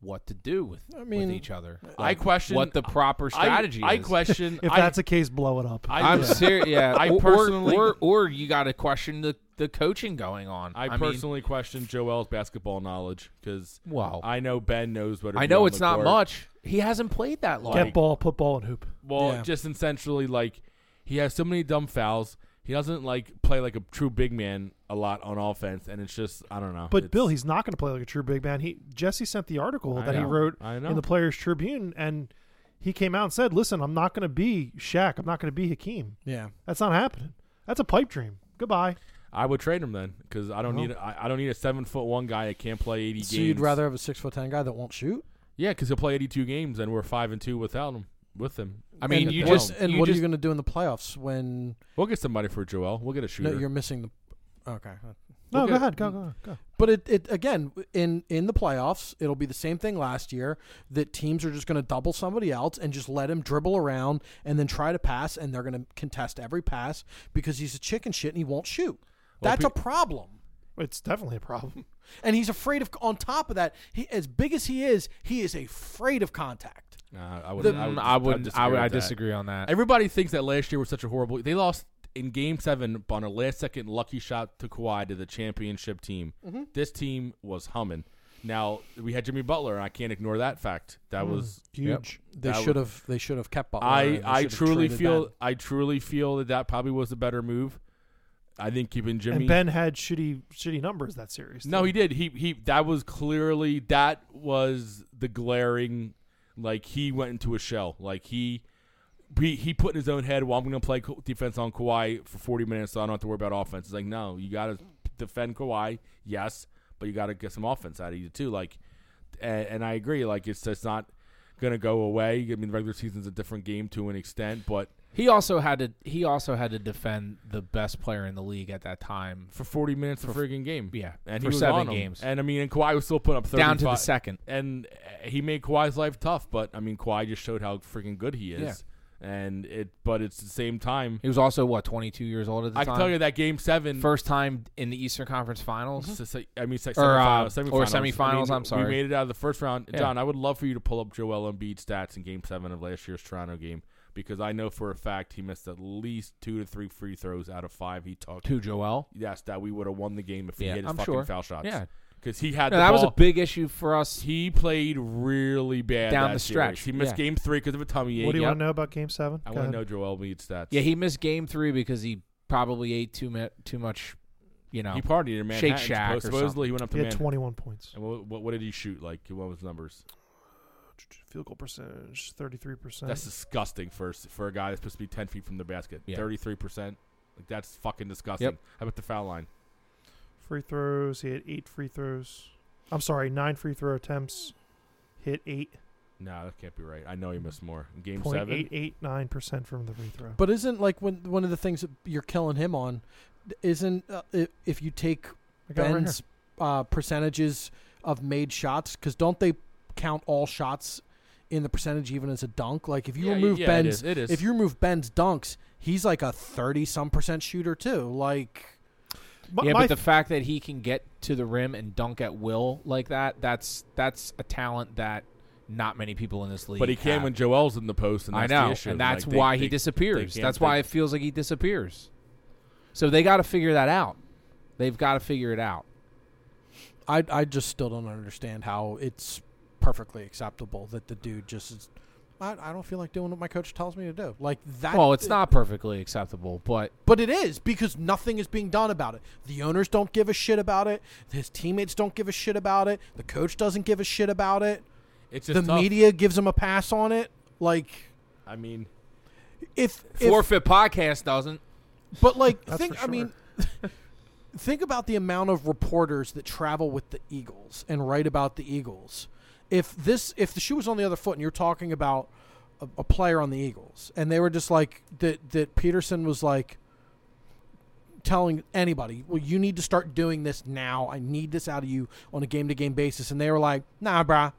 [SPEAKER 1] what to do with,
[SPEAKER 4] I mean,
[SPEAKER 1] with each other?
[SPEAKER 3] I question
[SPEAKER 1] what the proper
[SPEAKER 3] I-
[SPEAKER 1] strategy
[SPEAKER 3] I,
[SPEAKER 1] is.
[SPEAKER 3] question.
[SPEAKER 2] if
[SPEAKER 3] I,
[SPEAKER 2] that's the case, blow it up.
[SPEAKER 3] I,
[SPEAKER 1] I'm
[SPEAKER 3] am
[SPEAKER 1] serious. Yeah,
[SPEAKER 3] I
[SPEAKER 1] Or- or-
[SPEAKER 3] personally-
[SPEAKER 1] or, or, you got to question the, the coaching going on.
[SPEAKER 3] I,
[SPEAKER 1] mean,
[SPEAKER 3] personally question Joel's basketball knowledge because
[SPEAKER 1] Wow.
[SPEAKER 3] I know Ben knows what.
[SPEAKER 1] I know it's not much. He hasn't played that long.
[SPEAKER 2] get ball, put ball, and hoop.
[SPEAKER 3] Well,
[SPEAKER 4] Yeah.
[SPEAKER 3] just essentially like he has so many dumb fouls. He doesn't like play like a true big man a lot on offense, and it's just I don't know.
[SPEAKER 2] But
[SPEAKER 3] It's-
[SPEAKER 2] Bill, he's not going to play like a true big man. He Jesse sent the article
[SPEAKER 3] I
[SPEAKER 2] that he
[SPEAKER 3] know.
[SPEAKER 2] wrote
[SPEAKER 3] I know.
[SPEAKER 2] in the Players Tribune, and he came out and said, "Listen, I'm not going to be Shaq. I'm not going to be Hakeem.
[SPEAKER 4] Yeah.
[SPEAKER 2] That's not happening. That's a pipe dream. Goodbye."
[SPEAKER 3] I would trade him then because I don't need a, I, I don't need a seven foot one guy that can't play eighty
[SPEAKER 4] Oh. So
[SPEAKER 3] games.
[SPEAKER 4] you'd rather have a six foot ten guy that won't shoot?
[SPEAKER 3] yeah, because he'll play eighty two games and we're five and two without him. with him.
[SPEAKER 1] I mean,
[SPEAKER 3] at
[SPEAKER 4] and
[SPEAKER 1] you
[SPEAKER 3] the
[SPEAKER 4] what-
[SPEAKER 1] just
[SPEAKER 3] helm.
[SPEAKER 4] and
[SPEAKER 1] you
[SPEAKER 4] what are
[SPEAKER 1] just-
[SPEAKER 4] you going to do in the playoffs when
[SPEAKER 3] we'll get somebody for Joel. We'll get a shooter.
[SPEAKER 4] no, you're missing the? Okay,
[SPEAKER 2] No,
[SPEAKER 3] Look
[SPEAKER 2] go
[SPEAKER 3] at-
[SPEAKER 2] ahead. Go, go, go.
[SPEAKER 4] But it, it again in in the playoffs, it'll be the same thing last year that teams are just going to double somebody else and just let him dribble around and then try to pass and they're going to contest every pass because he's a chicken shit and he won't shoot.
[SPEAKER 3] Well,
[SPEAKER 4] That's
[SPEAKER 3] pe-
[SPEAKER 4] a problem.
[SPEAKER 2] It's definitely a problem.
[SPEAKER 4] And he's afraid of on top of that, he, as big as he is, he is afraid of contact.
[SPEAKER 3] Nah, I
[SPEAKER 1] The,
[SPEAKER 3] wouldn't.
[SPEAKER 1] I,
[SPEAKER 3] I, would,
[SPEAKER 1] I wouldn't. I, would, I
[SPEAKER 3] with that.
[SPEAKER 1] disagree on that.
[SPEAKER 3] Everybody thinks that last year was such a horrible. They lost in Game Seven on a last-second lucky shot to Kawhi to the championship team.
[SPEAKER 4] Mm-hmm.
[SPEAKER 3] This team was humming. Now we had Jimmy Butler, and I can't ignore that fact. That was
[SPEAKER 1] Yep.
[SPEAKER 4] Huge. They
[SPEAKER 3] That would-
[SPEAKER 4] should have they should have kept Butler. and
[SPEAKER 3] I
[SPEAKER 4] Mm. they
[SPEAKER 3] I
[SPEAKER 4] should have
[SPEAKER 3] truly
[SPEAKER 4] traded
[SPEAKER 3] feel
[SPEAKER 4] Ben.
[SPEAKER 3] I truly feel that that probably was the better move. I think keeping Jimmy.
[SPEAKER 2] and Ben had shitty shitty numbers that series.
[SPEAKER 3] no, he did. He he. That was clearly that was the glaring. Like he went into a shell. Like he. He, he put in his own head, well, I'm going to play Ka- defense on Kawhi for 40 minutes, so I don't have to worry about offense. It's like, no, you got to defend Kawhi, yes, but you got to get some offense out of you, too. Like, and, and I agree. Like, it's just not going to go away. I mean, the regular season's a different game to an extent, but
[SPEAKER 1] He also had to. He also had to defend the best player in the league at that time.
[SPEAKER 3] for 40 minutes a freaking game.
[SPEAKER 1] Yeah,
[SPEAKER 3] and
[SPEAKER 1] for
[SPEAKER 3] he was
[SPEAKER 1] seven
[SPEAKER 3] on 'em.
[SPEAKER 1] games,
[SPEAKER 3] And I mean, and Kawhi was still putting up 35.
[SPEAKER 1] down to the second.
[SPEAKER 3] and uh, he made Kawhi's life tough. But I mean, Kawhi just showed how freaking good he is. And it, but it's the same time.
[SPEAKER 1] He was also what 22 years old at the
[SPEAKER 3] I
[SPEAKER 1] time.
[SPEAKER 3] can tell you that Mm-hmm. game seven.
[SPEAKER 1] first time in the Eastern Conference Finals.
[SPEAKER 3] s- s- I mean, se-
[SPEAKER 1] Or,
[SPEAKER 3] semifinals,
[SPEAKER 1] uh,
[SPEAKER 3] semifinals.
[SPEAKER 1] or
[SPEAKER 3] I mean,
[SPEAKER 1] semifinals, I'm sorry.
[SPEAKER 3] we made it out of the first round.
[SPEAKER 1] Yeah.
[SPEAKER 3] John, I would love for you to pull up Joel Embiid's stats in Game Seven of last year's Toronto game because I know for a fact he missed at least two to three free throws out of five he took.
[SPEAKER 1] To Joel.
[SPEAKER 3] Yes, that we would have won the game if he
[SPEAKER 1] Yeah,
[SPEAKER 3] hit his
[SPEAKER 1] I'm
[SPEAKER 3] fucking
[SPEAKER 1] sure.
[SPEAKER 3] foul shots.
[SPEAKER 1] Yeah.
[SPEAKER 3] because he had
[SPEAKER 1] No,
[SPEAKER 3] the
[SPEAKER 1] that was a
[SPEAKER 3] ball.
[SPEAKER 1] big issue for us.
[SPEAKER 3] He played really bad
[SPEAKER 1] Down
[SPEAKER 3] that
[SPEAKER 1] the stretch,
[SPEAKER 3] series. He missed
[SPEAKER 1] yeah.
[SPEAKER 3] game three because of a tummy ache.
[SPEAKER 2] What do you
[SPEAKER 1] Yep.
[SPEAKER 2] want to know about Game Seven?
[SPEAKER 3] I
[SPEAKER 2] Go
[SPEAKER 3] want to
[SPEAKER 2] ahead.
[SPEAKER 3] know Joel Embiid's stats.
[SPEAKER 1] Yeah, he missed Game Three because he probably ate too much. Too much, you know.
[SPEAKER 3] he partied in Manhattan.
[SPEAKER 1] Shake Shack or
[SPEAKER 3] supposedly he went up to
[SPEAKER 2] He had
[SPEAKER 3] Manhattan.
[SPEAKER 2] 21 points.
[SPEAKER 3] And what, what, what did he shoot? Like what was the numbers?
[SPEAKER 2] Field goal percentage, 33 percent.
[SPEAKER 3] That's disgusting for s- for a guy that's supposed to be ten feet from the basket.
[SPEAKER 1] Yeah.
[SPEAKER 3] Thirty three percent. Like that's fucking disgusting.
[SPEAKER 1] Yep.
[SPEAKER 3] How about the foul line?
[SPEAKER 2] free throws. He had eight free throws. I'm sorry, nine free throw attempts. Hit eight
[SPEAKER 3] No, that can't be right. I know he missed more. In game
[SPEAKER 2] point
[SPEAKER 3] seven.
[SPEAKER 2] eight eight nine percent from the free throw.
[SPEAKER 4] But isn't like when one of the things that you're killing him on isn't uh, i- if you take
[SPEAKER 2] I got it right here.
[SPEAKER 4] Ben's uh, percentages of made shots? Because don't they count all shots in the percentage even as a dunk? Like if you
[SPEAKER 3] Yeah,
[SPEAKER 4] remove
[SPEAKER 3] yeah, it
[SPEAKER 4] Ben's,
[SPEAKER 3] is, it is.
[SPEAKER 4] if you remove Ben's dunks, he's like a thirty some percent shooter too. Like
[SPEAKER 2] My-
[SPEAKER 1] yeah,
[SPEAKER 2] my
[SPEAKER 1] but the fact that he can get to the rim and dunk at will like that—that's that's a talent that not many people in this league.
[SPEAKER 3] but he can
[SPEAKER 1] have.
[SPEAKER 3] when Joel's in the post, and
[SPEAKER 1] I
[SPEAKER 3] that's
[SPEAKER 1] know,
[SPEAKER 3] the issue.
[SPEAKER 1] and that's
[SPEAKER 3] Like, they-
[SPEAKER 1] why
[SPEAKER 3] they-
[SPEAKER 1] he disappears.
[SPEAKER 3] they can't-
[SPEAKER 1] That's why
[SPEAKER 3] they-
[SPEAKER 1] it feels like he disappears. So they got to figure that out. They've got to figure it out.
[SPEAKER 4] I I just still don't understand how it's perfectly acceptable that the dude just is. I, I don't feel like doing what my coach tells me to do. Like that.
[SPEAKER 1] Well, it's not perfectly acceptable, but
[SPEAKER 4] But it is because nothing is being done about it. The owners don't give a shit about it. His teammates don't give a shit about it. The coach doesn't give a shit about it.
[SPEAKER 3] It's just
[SPEAKER 4] the
[SPEAKER 3] tough.
[SPEAKER 4] media gives him a pass on it. Like
[SPEAKER 3] I mean,
[SPEAKER 4] if, if
[SPEAKER 1] forfeit podcast doesn't.
[SPEAKER 4] but like
[SPEAKER 2] That's
[SPEAKER 4] think
[SPEAKER 2] for
[SPEAKER 4] I mean think about the amount of reporters that travel with the Eagles and write about the Eagles. If this if the shoe was on the other foot and you're talking about a, a player on the Eagles and they were just like that that Peterson was like telling anybody, well, you need to start doing this now. I need this out of you on a game to game basis. And they were like, nah, brah.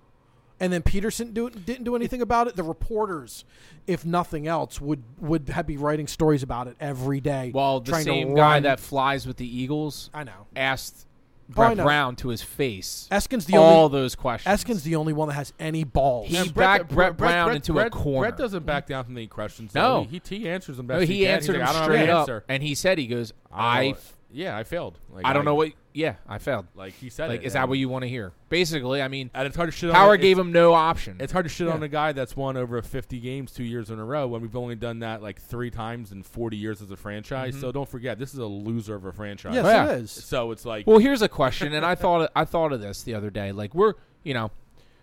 [SPEAKER 4] And then Peterson do, didn't do anything about it. The reporters, if nothing else, would would have be writing stories about it every day.
[SPEAKER 1] Well, the
[SPEAKER 4] trying to
[SPEAKER 1] same guy
[SPEAKER 4] run-
[SPEAKER 1] that flies with the Eagles
[SPEAKER 4] I know,
[SPEAKER 1] asked
[SPEAKER 4] Oh, I
[SPEAKER 1] Brett
[SPEAKER 4] know.
[SPEAKER 1] Brown to his face
[SPEAKER 4] Eskin's the
[SPEAKER 1] all
[SPEAKER 4] only
[SPEAKER 1] those questions.
[SPEAKER 4] Eskin's the only one that has any balls.
[SPEAKER 1] He
[SPEAKER 3] And
[SPEAKER 1] backed Brett Brown into a corner.
[SPEAKER 3] Brett doesn't back down from the questions.
[SPEAKER 1] No.
[SPEAKER 3] though. he, he answers them.
[SPEAKER 1] No,
[SPEAKER 3] Best
[SPEAKER 1] he
[SPEAKER 3] can.
[SPEAKER 1] answered him
[SPEAKER 3] He's like, I don't have
[SPEAKER 1] straight
[SPEAKER 3] an
[SPEAKER 1] up,
[SPEAKER 3] answer.
[SPEAKER 1] and he said, "He goes,
[SPEAKER 3] I,
[SPEAKER 1] I,
[SPEAKER 3] don't know what- yeah, I failed. Like,
[SPEAKER 1] I don't know what. Yeah, I failed.
[SPEAKER 3] Like he said,
[SPEAKER 1] Like,
[SPEAKER 3] it,
[SPEAKER 1] is that
[SPEAKER 3] and-
[SPEAKER 1] what you want to hear? Basically, I mean,
[SPEAKER 3] And it's hard to shit on.
[SPEAKER 1] Howard
[SPEAKER 3] it-
[SPEAKER 1] gave him no option.
[SPEAKER 3] It's hard to shit
[SPEAKER 4] Yeah.
[SPEAKER 3] on a guy that's won over 50 games two years in a row when we've only done that like three times in 40 years as a franchise.
[SPEAKER 1] Mm-hmm.
[SPEAKER 3] So don't forget, this is a loser of a franchise.
[SPEAKER 4] yes,
[SPEAKER 1] Oh, yeah.
[SPEAKER 4] it is.
[SPEAKER 3] So it's like
[SPEAKER 1] Well, here's a question, and I thought I thought of this the other day. Like we're you know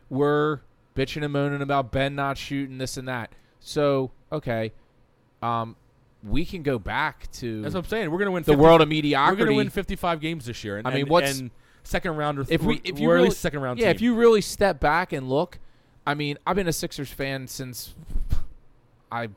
[SPEAKER 1] we're bitching and moaning about Ben not shooting this and that. So okay, um, we can go back to
[SPEAKER 3] that's what I'm saying. We're gonna win
[SPEAKER 1] the
[SPEAKER 3] 50
[SPEAKER 1] world of
[SPEAKER 3] We're
[SPEAKER 1] mediocrity.
[SPEAKER 3] gonna win 55 games this year. And,
[SPEAKER 1] I mean,
[SPEAKER 3] and-
[SPEAKER 1] what's-
[SPEAKER 3] and second round or th-
[SPEAKER 1] if we if you
[SPEAKER 3] we're
[SPEAKER 1] really,
[SPEAKER 3] at least second round.
[SPEAKER 1] yeah,
[SPEAKER 3] team.
[SPEAKER 1] if you really step back and look, I mean, I've been a Sixers fan since I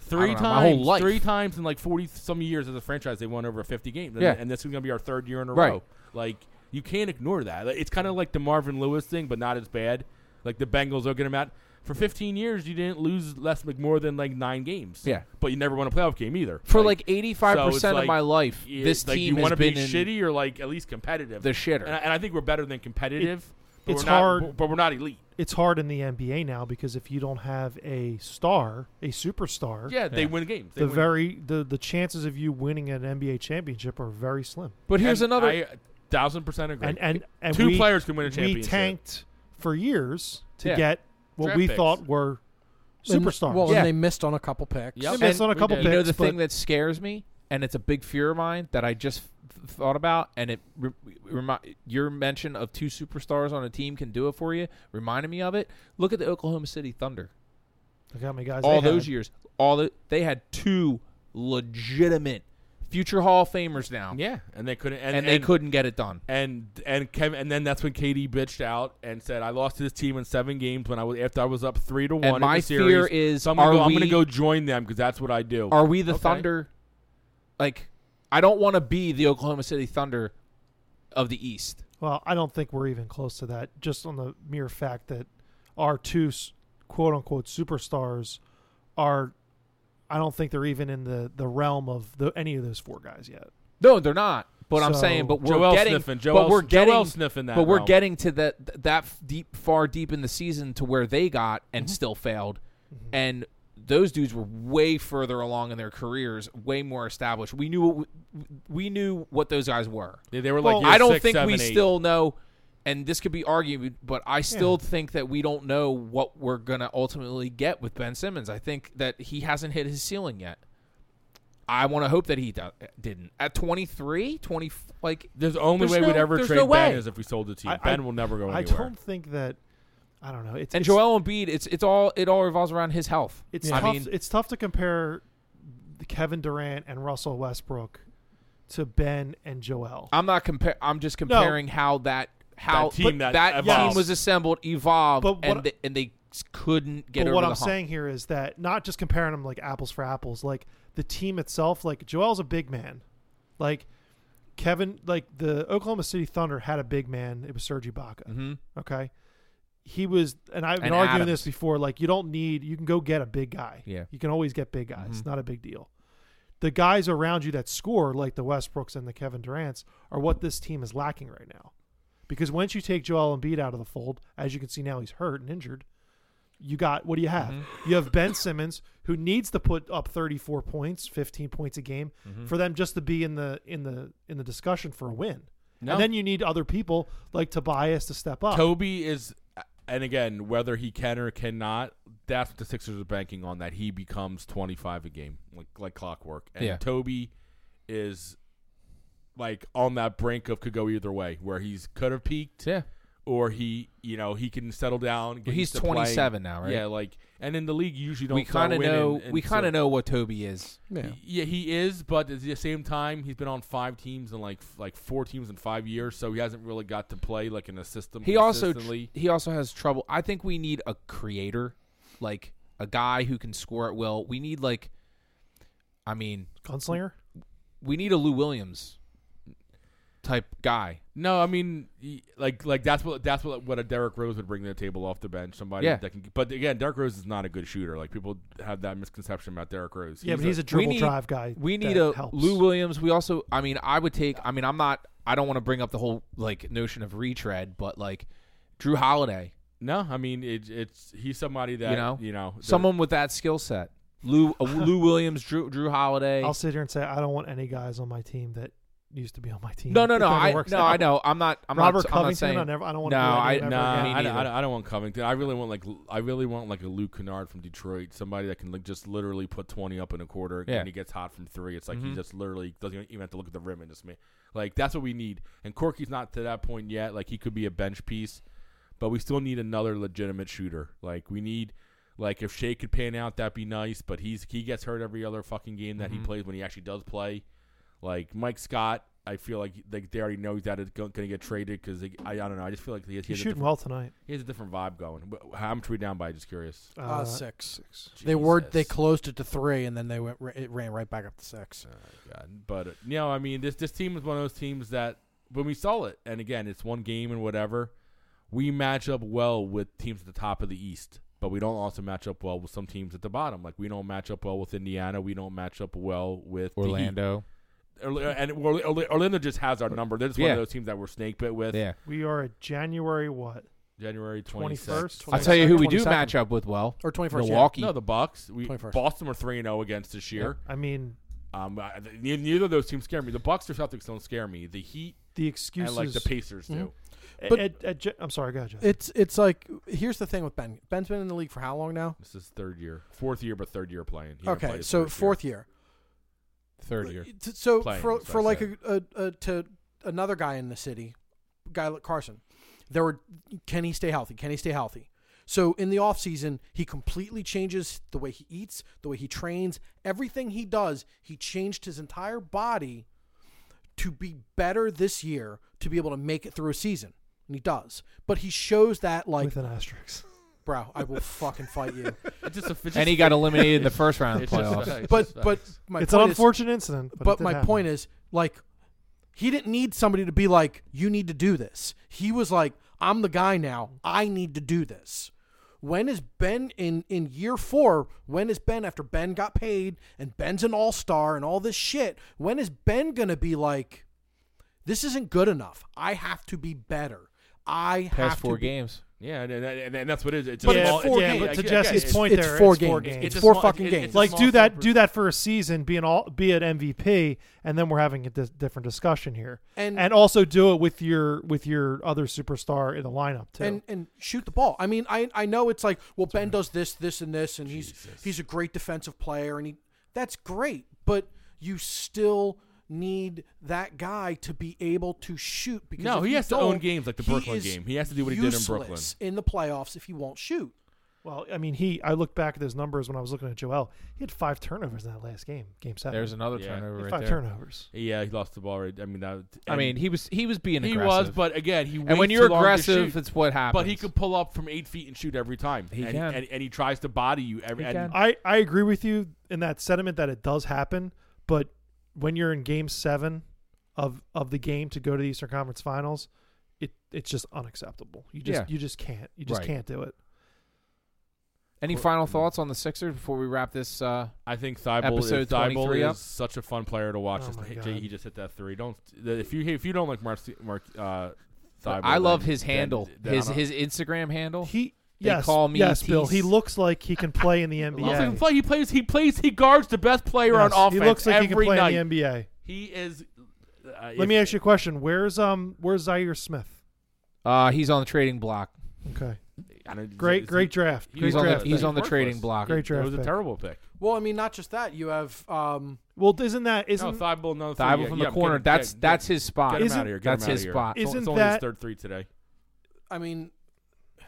[SPEAKER 3] Three
[SPEAKER 1] don't
[SPEAKER 3] times,
[SPEAKER 1] know, my whole life.
[SPEAKER 3] three times in like forty some years as a franchise, they won over fifty games. And,
[SPEAKER 1] Yeah.
[SPEAKER 3] and this is gonna be our third year in a
[SPEAKER 1] Right.
[SPEAKER 3] row. Like you can't ignore that. Like, It's kind of like the Marvin Lewis thing, but not as bad. Like the Bengals looking him at for fifteen years, you didn't lose less like more than like nine games.
[SPEAKER 1] Yeah.
[SPEAKER 3] but you never won a playoff game either.
[SPEAKER 1] for like eighty five
[SPEAKER 3] so it's
[SPEAKER 1] percent of
[SPEAKER 3] like,
[SPEAKER 1] my life,
[SPEAKER 3] yeah,
[SPEAKER 1] this
[SPEAKER 3] like,
[SPEAKER 1] team
[SPEAKER 3] you
[SPEAKER 1] has
[SPEAKER 3] wanna
[SPEAKER 1] been
[SPEAKER 3] be
[SPEAKER 1] in
[SPEAKER 3] shitty or like at least competitive.
[SPEAKER 1] the shitter.
[SPEAKER 3] and, I, and I think we're better than competitive. but
[SPEAKER 2] it's
[SPEAKER 3] we're not,
[SPEAKER 2] hard-
[SPEAKER 3] but we're not elite.
[SPEAKER 2] It's hard in the NBA now because if you don't have a star, a superstar,
[SPEAKER 3] Yeah, they
[SPEAKER 1] Yeah.
[SPEAKER 3] win games. They
[SPEAKER 2] the
[SPEAKER 3] win.
[SPEAKER 2] very the, the chances of you winning an NBA championship are very slim.
[SPEAKER 1] but here's
[SPEAKER 3] And
[SPEAKER 1] another.
[SPEAKER 3] I, uh, thousand percent agree.
[SPEAKER 2] And and, and
[SPEAKER 3] Two
[SPEAKER 2] we,
[SPEAKER 3] players can win a
[SPEAKER 2] we
[SPEAKER 3] championship.
[SPEAKER 2] tanked for years to
[SPEAKER 1] Yeah.
[SPEAKER 2] get what
[SPEAKER 3] Draft
[SPEAKER 2] we
[SPEAKER 3] picks.
[SPEAKER 2] thought were
[SPEAKER 4] And-
[SPEAKER 2] superstars.
[SPEAKER 4] well,
[SPEAKER 1] Yeah.
[SPEAKER 4] and they missed on a couple picks.
[SPEAKER 3] Yep.
[SPEAKER 2] They missed
[SPEAKER 1] And
[SPEAKER 2] on a couple
[SPEAKER 3] we
[SPEAKER 2] picks.
[SPEAKER 3] did.
[SPEAKER 1] you know the
[SPEAKER 2] but
[SPEAKER 1] thing that scares me, and it's a big fear of mine that I just f- thought about, and it re- remi- your mention of two superstars on a team can do it for you reminded me of it. Look at the Oklahoma City Thunder.
[SPEAKER 2] look how many guys
[SPEAKER 1] all
[SPEAKER 2] they had.
[SPEAKER 1] those years, all the, they had two legitimate future Hall of Famers now,
[SPEAKER 3] Yeah, and they couldn't. And,
[SPEAKER 1] and, they couldn't get it done.
[SPEAKER 3] And and Kevin, and then that's when KD bitched out and said, "I lost to this team in seven games when I was after I was up three to one."
[SPEAKER 1] And
[SPEAKER 3] in
[SPEAKER 1] my
[SPEAKER 3] the series,
[SPEAKER 1] fear is,
[SPEAKER 3] so I'm gonna,
[SPEAKER 1] are
[SPEAKER 3] go, I'm
[SPEAKER 1] we-
[SPEAKER 3] gonna go join them because that's what I do.
[SPEAKER 1] Are we the
[SPEAKER 3] Okay.
[SPEAKER 1] Thunder? Like, I don't want to be the Oklahoma City Thunder of the East.
[SPEAKER 2] Well, I don't think we're even close to that, just on the mere fact that our two s- quote unquote superstars are, I don't think they're even in the, the realm of the, any of those four guys yet.
[SPEAKER 1] No, they're not. But I'm
[SPEAKER 2] So-
[SPEAKER 1] saying, but we're
[SPEAKER 3] Joel
[SPEAKER 1] getting,
[SPEAKER 3] sniffing.
[SPEAKER 1] but
[SPEAKER 3] Joel-
[SPEAKER 1] we're
[SPEAKER 3] Joel
[SPEAKER 1] getting,
[SPEAKER 3] sniffing that
[SPEAKER 1] But we're
[SPEAKER 3] realm.
[SPEAKER 1] getting to that th- that f- deep, far deep in the season to where they got and still failed, and those dudes were way further along in their careers, way more established. We knew what we, we knew what those guys were.
[SPEAKER 3] They, they were
[SPEAKER 2] Well,
[SPEAKER 3] like, year
[SPEAKER 1] I don't
[SPEAKER 3] six,
[SPEAKER 1] think
[SPEAKER 3] seven,
[SPEAKER 1] we
[SPEAKER 3] eight.
[SPEAKER 1] still know, and this could be argued, but I still think that we don't know what we're gonna ultimately get with Ben Simmons. I think that he hasn't hit his ceiling yet. I want to hope that he do- didn't at 23, 20, like
[SPEAKER 3] There's the only
[SPEAKER 1] There's
[SPEAKER 3] way
[SPEAKER 1] no-
[SPEAKER 3] we'd ever
[SPEAKER 1] there's
[SPEAKER 3] trade
[SPEAKER 1] no
[SPEAKER 3] Ben
[SPEAKER 1] way.
[SPEAKER 3] is if we sold the team.
[SPEAKER 2] I- I-
[SPEAKER 3] ben will never go
[SPEAKER 2] I
[SPEAKER 3] anywhere.
[SPEAKER 2] don't think that, I don't know. It's,
[SPEAKER 1] And
[SPEAKER 2] it's,
[SPEAKER 1] Joel Embiid, it's it's all it all revolves around his health.
[SPEAKER 2] it's
[SPEAKER 1] I
[SPEAKER 2] tough.
[SPEAKER 1] mean,
[SPEAKER 2] it's tough to compare the Kevin Durant and Russell Westbrook to Ben and Joel.
[SPEAKER 1] I'm not compare. I'm just comparing how that how
[SPEAKER 3] That team
[SPEAKER 1] but
[SPEAKER 3] that
[SPEAKER 1] that
[SPEAKER 3] evolved.
[SPEAKER 1] team was assembled, evolved,
[SPEAKER 2] But what-
[SPEAKER 1] and they, and they couldn't get
[SPEAKER 2] but
[SPEAKER 1] over
[SPEAKER 2] what
[SPEAKER 1] the
[SPEAKER 2] I'm
[SPEAKER 1] hump.
[SPEAKER 2] saying here is that not just comparing them like apples for apples, like the team itself, like Joel's a big man. Like Kevin, like the Oklahoma City Thunder had a big man. It was Serge Ibaka.
[SPEAKER 1] Mhm.
[SPEAKER 2] Okay. He was, and I've been
[SPEAKER 1] And
[SPEAKER 2] arguing
[SPEAKER 1] Adams.
[SPEAKER 2] this before. Like, you don't need, you can go get a big guy.
[SPEAKER 1] Yeah. Mm-hmm.
[SPEAKER 2] You can always get big guys. It's not a big deal. The guys around you that score, like the Westbrooks and the Kevin Durants, are what this team is lacking right now. Because once you take Joel Embiid out of the fold, as you can see now, he's hurt and injured. You got what do you have?
[SPEAKER 1] Mm-hmm.
[SPEAKER 2] You have Ben Simmons who needs to put up 34 points, 15 points a game
[SPEAKER 1] Mm-hmm.
[SPEAKER 2] for them just to be in the in the in the discussion for a win.
[SPEAKER 3] No.
[SPEAKER 2] And then you need other people like Tobias to step up.
[SPEAKER 3] Toby is, and again, whether he can or cannot, that's what the Sixers are banking on that he becomes 25 a game, like like clockwork. And
[SPEAKER 1] Yeah.
[SPEAKER 3] Toby is like on that brink of could go either way, where he's could have peaked,
[SPEAKER 1] Yeah.
[SPEAKER 3] or he, you know, he can settle down. Get
[SPEAKER 1] Well, he's
[SPEAKER 3] used to playing.
[SPEAKER 1] 27 now, right?
[SPEAKER 3] Yeah, like, and in the league, you usually don't.
[SPEAKER 1] we kind of know we kind of know what Toby is.
[SPEAKER 4] Yeah.
[SPEAKER 3] Yeah, he is, but at the same time, he's been on five teams and like like four teams in five years, so he hasn't really got to play like in a system.
[SPEAKER 1] He also tr-
[SPEAKER 3] consistently.
[SPEAKER 1] he also has trouble. I think we need a creator, like a guy who can score at will. We need like, I mean,
[SPEAKER 2] Gunslinger?
[SPEAKER 1] we need a Lou Williams type guy.
[SPEAKER 3] No, I mean, y- like, like that's what that's what what a Derrick Rose would bring to the table off the bench. Somebody
[SPEAKER 1] Yeah.
[SPEAKER 3] that can. But again, Derrick Rose is not a good shooter. Like people have that misconception about Derrick Rose.
[SPEAKER 2] Yeah, but he's a
[SPEAKER 1] we
[SPEAKER 2] dribble
[SPEAKER 1] need-
[SPEAKER 2] drive guy.
[SPEAKER 1] We need
[SPEAKER 2] that
[SPEAKER 1] a
[SPEAKER 2] helps.
[SPEAKER 1] Lou Williams. We also, I mean, I would take. I mean, I'm not. I don't want to bring up the whole like notion of retread, but like Drew Holiday,
[SPEAKER 3] no. I mean, it, it's he's somebody that
[SPEAKER 1] you
[SPEAKER 3] you
[SPEAKER 1] know,
[SPEAKER 3] know, you know, that-
[SPEAKER 1] someone with that skill set. Lou uh, Lou Williams, Drew Drew Holiday.
[SPEAKER 2] I'll sit here and say I don't want any guys on my team that used to be on my team.
[SPEAKER 1] no, no,
[SPEAKER 2] It
[SPEAKER 1] no.
[SPEAKER 2] never
[SPEAKER 1] I
[SPEAKER 2] works
[SPEAKER 1] no,
[SPEAKER 2] out.
[SPEAKER 1] I know. I'm not. I'm
[SPEAKER 2] Robert
[SPEAKER 1] not. I'm not
[SPEAKER 2] Covington.
[SPEAKER 1] saying.
[SPEAKER 2] I never. I don't want
[SPEAKER 1] No,
[SPEAKER 2] to.
[SPEAKER 1] I-
[SPEAKER 2] I,
[SPEAKER 1] never
[SPEAKER 3] Nah,
[SPEAKER 1] again. Me
[SPEAKER 3] I, don't- I
[SPEAKER 1] neither.
[SPEAKER 3] don't, I don't want Covington. I really want like L- I really want like a Luke Kennard from Detroit, somebody that can like just literally put twenty up in a quarter
[SPEAKER 1] Yeah.
[SPEAKER 3] and he gets hot from three. It's like
[SPEAKER 1] Mhm.
[SPEAKER 3] he just literally doesn't even have to look at the rim and just me. Like that's what we need. And Corky's not to that point yet. Like he could be a bench piece, but we still need another legitimate shooter. Like we need. Like if Shea could pan out, that'd be nice.
[SPEAKER 2] Mm-hmm.
[SPEAKER 3] But he's he gets hurt every other fucking game that he plays when he actually does play. Like Mike Scott, I- I feel like they, they already know that it's going to get traded because I, I don't know. I just feel like he has, he
[SPEAKER 2] He's
[SPEAKER 3] has, a,
[SPEAKER 2] shooting
[SPEAKER 3] different,
[SPEAKER 2] well tonight.
[SPEAKER 3] he has a different vibe going. But How much are we down by? Just curious.
[SPEAKER 2] Uh,
[SPEAKER 4] Uh, six.
[SPEAKER 2] six.
[SPEAKER 4] They were they
[SPEAKER 3] Jesus.
[SPEAKER 4] closed it to three, and then they went. It ran right back up to six.
[SPEAKER 3] Oh, God. But uh, you know, I mean, this this team is one of those teams that when we saw it, and again, it's one game and whatever. We match up well with teams at the top of the East, but we don't also match up well with some teams at the bottom. Like we don't match up well with Indiana. We don't match up well with the Heat.
[SPEAKER 1] Orlando.
[SPEAKER 3] Orla- and Orla- Orla- Orlando just has our number. They're just one
[SPEAKER 1] Yeah.
[SPEAKER 3] of those teams that we're snake bit with.
[SPEAKER 1] Yeah.
[SPEAKER 2] We are at January what?
[SPEAKER 3] January twenty
[SPEAKER 2] 21st?
[SPEAKER 3] first.
[SPEAKER 1] I'll tell you who we do
[SPEAKER 4] 22nd.
[SPEAKER 1] match up with well.
[SPEAKER 4] Or 21st, yeah.
[SPEAKER 1] Milwaukee.
[SPEAKER 3] No, the Bucks. We
[SPEAKER 4] 21st.
[SPEAKER 3] Boston are three and zero against this year.
[SPEAKER 2] I mean,
[SPEAKER 3] Um, I- th- ne- neither of those teams scare me. The Bucks or Celtics don't scare me. The Heat
[SPEAKER 2] the excuses.
[SPEAKER 3] and like the Pacers do.
[SPEAKER 2] at,
[SPEAKER 4] But-
[SPEAKER 2] at, at, J- I'm sorry, go ahead, Jeff.
[SPEAKER 4] It's it's like here's the thing with Ben. Ben's been in the league for how long now?
[SPEAKER 3] This is third year, fourth year, but third year playing. He didn't play
[SPEAKER 4] Okay,
[SPEAKER 3] his
[SPEAKER 4] so
[SPEAKER 3] first
[SPEAKER 4] fourth year.
[SPEAKER 1] Third year.
[SPEAKER 4] T- So
[SPEAKER 3] Playing,
[SPEAKER 4] for
[SPEAKER 3] is
[SPEAKER 4] for
[SPEAKER 3] what I
[SPEAKER 4] like a,
[SPEAKER 3] said.
[SPEAKER 4] a, a to another guy in the city, guy like Carson, there were can he stay healthy? Can he stay healthy? So in the offseason, he completely changes the way he eats, the way he trains, everything he does. He changed his entire body to be better this year to be able to make it through a season. And he does. But he shows that like,
[SPEAKER 2] with an asterisk.
[SPEAKER 4] bro, I will fucking fight you.
[SPEAKER 3] year. It's just a, it's just
[SPEAKER 1] And he
[SPEAKER 3] a-
[SPEAKER 1] got eliminated in the first round of
[SPEAKER 3] it's
[SPEAKER 1] the
[SPEAKER 3] just a
[SPEAKER 1] playoffs.
[SPEAKER 3] fact. It's
[SPEAKER 4] But
[SPEAKER 3] just a
[SPEAKER 4] but
[SPEAKER 3] fact.
[SPEAKER 4] my
[SPEAKER 2] It's an
[SPEAKER 4] point is-
[SPEAKER 2] unfortunate incident. But,
[SPEAKER 4] but my point is like he didn't need somebody to be like you need to do this he was like i'm the guy now i need to do this when is ben in in year four when is ben after ben got paid and ben's an all-star and all this shit when is ben gonna be like this isn't good enough i have to be better i have
[SPEAKER 1] Past
[SPEAKER 4] to
[SPEAKER 1] four
[SPEAKER 4] be-
[SPEAKER 1] games.
[SPEAKER 3] yeah, and, and, and, and that's what it is. It's
[SPEAKER 4] But
[SPEAKER 3] a
[SPEAKER 2] yeah,
[SPEAKER 4] it's
[SPEAKER 3] small-
[SPEAKER 4] four
[SPEAKER 2] yeah,
[SPEAKER 4] games.
[SPEAKER 2] but
[SPEAKER 3] I
[SPEAKER 2] to
[SPEAKER 3] get-
[SPEAKER 2] Jesse's
[SPEAKER 3] it's-
[SPEAKER 2] point,
[SPEAKER 4] it's
[SPEAKER 2] there,
[SPEAKER 4] four
[SPEAKER 2] it's four
[SPEAKER 4] games.
[SPEAKER 2] games.
[SPEAKER 4] It's
[SPEAKER 3] a
[SPEAKER 4] four
[SPEAKER 3] small-
[SPEAKER 4] fucking
[SPEAKER 3] it- it's a
[SPEAKER 4] games.
[SPEAKER 2] like
[SPEAKER 3] small
[SPEAKER 2] do that
[SPEAKER 3] sample
[SPEAKER 2] do that for a season be an all be an mvp and then we're having a dis- different discussion here
[SPEAKER 4] And-
[SPEAKER 2] and also do it with your with your other superstar in the lineup too
[SPEAKER 4] and and shoot the ball. I mean, I I know it's like, well, Ben does this, this, and this, and he's he's a great defensive player, and he that's great, but you still need that guy to be able for- to shoot. Because
[SPEAKER 3] No,
[SPEAKER 4] if
[SPEAKER 3] he
[SPEAKER 4] you
[SPEAKER 3] has to own
[SPEAKER 4] don't,
[SPEAKER 3] games like the
[SPEAKER 4] he
[SPEAKER 3] Brooklyn
[SPEAKER 4] is
[SPEAKER 3] game. He has to do what he did in Brooklyn.
[SPEAKER 4] useless in the playoffs if he won't shoot.
[SPEAKER 2] well i mean he i looked back at those numbers when i was looking at joel he had five turnovers in that last game game seven
[SPEAKER 1] There's another
[SPEAKER 3] Yeah.
[SPEAKER 1] turnover
[SPEAKER 2] He had
[SPEAKER 1] right
[SPEAKER 2] five
[SPEAKER 1] there.
[SPEAKER 2] turnovers
[SPEAKER 3] Yeah, he lost the ball. Right? I mean, that,
[SPEAKER 1] I mean, he was he was being
[SPEAKER 3] he
[SPEAKER 1] aggressive.
[SPEAKER 3] was, but again, he
[SPEAKER 1] and when
[SPEAKER 3] waits
[SPEAKER 1] you're
[SPEAKER 3] too long to
[SPEAKER 1] aggressive,
[SPEAKER 3] shoot.
[SPEAKER 1] it's what happens.
[SPEAKER 3] But he could pull up from eight feet and shoot every time.
[SPEAKER 1] He
[SPEAKER 3] and,
[SPEAKER 1] can.
[SPEAKER 3] and, and he tries to body you every.
[SPEAKER 1] He
[SPEAKER 3] and
[SPEAKER 1] can.
[SPEAKER 2] I, I agree with you in that sentiment that it does happen, but when you're in game seven of of the game to go to the Eastern Conference Finals, it it's just unacceptable. You just
[SPEAKER 1] Yeah.
[SPEAKER 2] you just can't. You just
[SPEAKER 1] Right.
[SPEAKER 2] can't do it.
[SPEAKER 1] Any final thoughts on the Sixers before we wrap this? Uh,
[SPEAKER 3] I think Thibault,
[SPEAKER 1] Episode
[SPEAKER 3] is, Thibault
[SPEAKER 1] 23 up.
[SPEAKER 3] is such a fun player to watch.
[SPEAKER 2] Oh
[SPEAKER 3] Just-
[SPEAKER 2] my
[SPEAKER 3] hey,
[SPEAKER 2] God.
[SPEAKER 3] Jay, he just hit that three. Don't if you if you don't like Mark Mark uh, Thibault,
[SPEAKER 1] I love
[SPEAKER 3] then-
[SPEAKER 1] his
[SPEAKER 3] then-
[SPEAKER 1] handle,
[SPEAKER 3] then I
[SPEAKER 1] his
[SPEAKER 3] don't-
[SPEAKER 1] his Instagram handle.
[SPEAKER 2] He
[SPEAKER 1] They
[SPEAKER 2] yes,
[SPEAKER 1] call me
[SPEAKER 2] yes, Bill.
[SPEAKER 1] Tease.
[SPEAKER 2] He looks like he can play in the
[SPEAKER 3] He looks like he
[SPEAKER 2] NBA.
[SPEAKER 3] play- he plays. He plays. He guards the best player
[SPEAKER 2] Yes,
[SPEAKER 3] on
[SPEAKER 2] he
[SPEAKER 3] offense
[SPEAKER 2] looks like he can
[SPEAKER 3] every
[SPEAKER 2] play
[SPEAKER 3] night.
[SPEAKER 2] in the NBA.
[SPEAKER 3] He is. Uh,
[SPEAKER 2] Let me ask you a question. Where's um where's Zaire Smith?
[SPEAKER 1] Uh, he's on the trading block.
[SPEAKER 2] Okay,
[SPEAKER 3] you.
[SPEAKER 2] great great draft.
[SPEAKER 3] He's
[SPEAKER 2] Great
[SPEAKER 1] He's on the
[SPEAKER 2] draft.
[SPEAKER 1] he's
[SPEAKER 2] pick.
[SPEAKER 1] on the trading
[SPEAKER 3] Worthless.
[SPEAKER 1] block.
[SPEAKER 2] Great
[SPEAKER 3] It
[SPEAKER 2] draft
[SPEAKER 3] was a
[SPEAKER 2] pick.
[SPEAKER 3] terrible pick.
[SPEAKER 4] Well, I mean, not just that. You have um,
[SPEAKER 2] Well, isn't that
[SPEAKER 3] No,
[SPEAKER 2] isn't
[SPEAKER 3] Thibault, no. three.
[SPEAKER 1] Thibault
[SPEAKER 3] Yeah,
[SPEAKER 1] from
[SPEAKER 3] yeah,
[SPEAKER 1] the corner.
[SPEAKER 3] get-
[SPEAKER 1] that's
[SPEAKER 3] get-
[SPEAKER 1] that's his
[SPEAKER 3] Get,
[SPEAKER 1] spot.
[SPEAKER 3] him
[SPEAKER 2] Isn't-
[SPEAKER 3] out of here. Get
[SPEAKER 1] that's
[SPEAKER 3] him out
[SPEAKER 1] his
[SPEAKER 3] of here.
[SPEAKER 1] spot.
[SPEAKER 3] It's only-
[SPEAKER 2] Isn't
[SPEAKER 3] it's only
[SPEAKER 2] that-
[SPEAKER 3] his third three today?
[SPEAKER 4] I mean,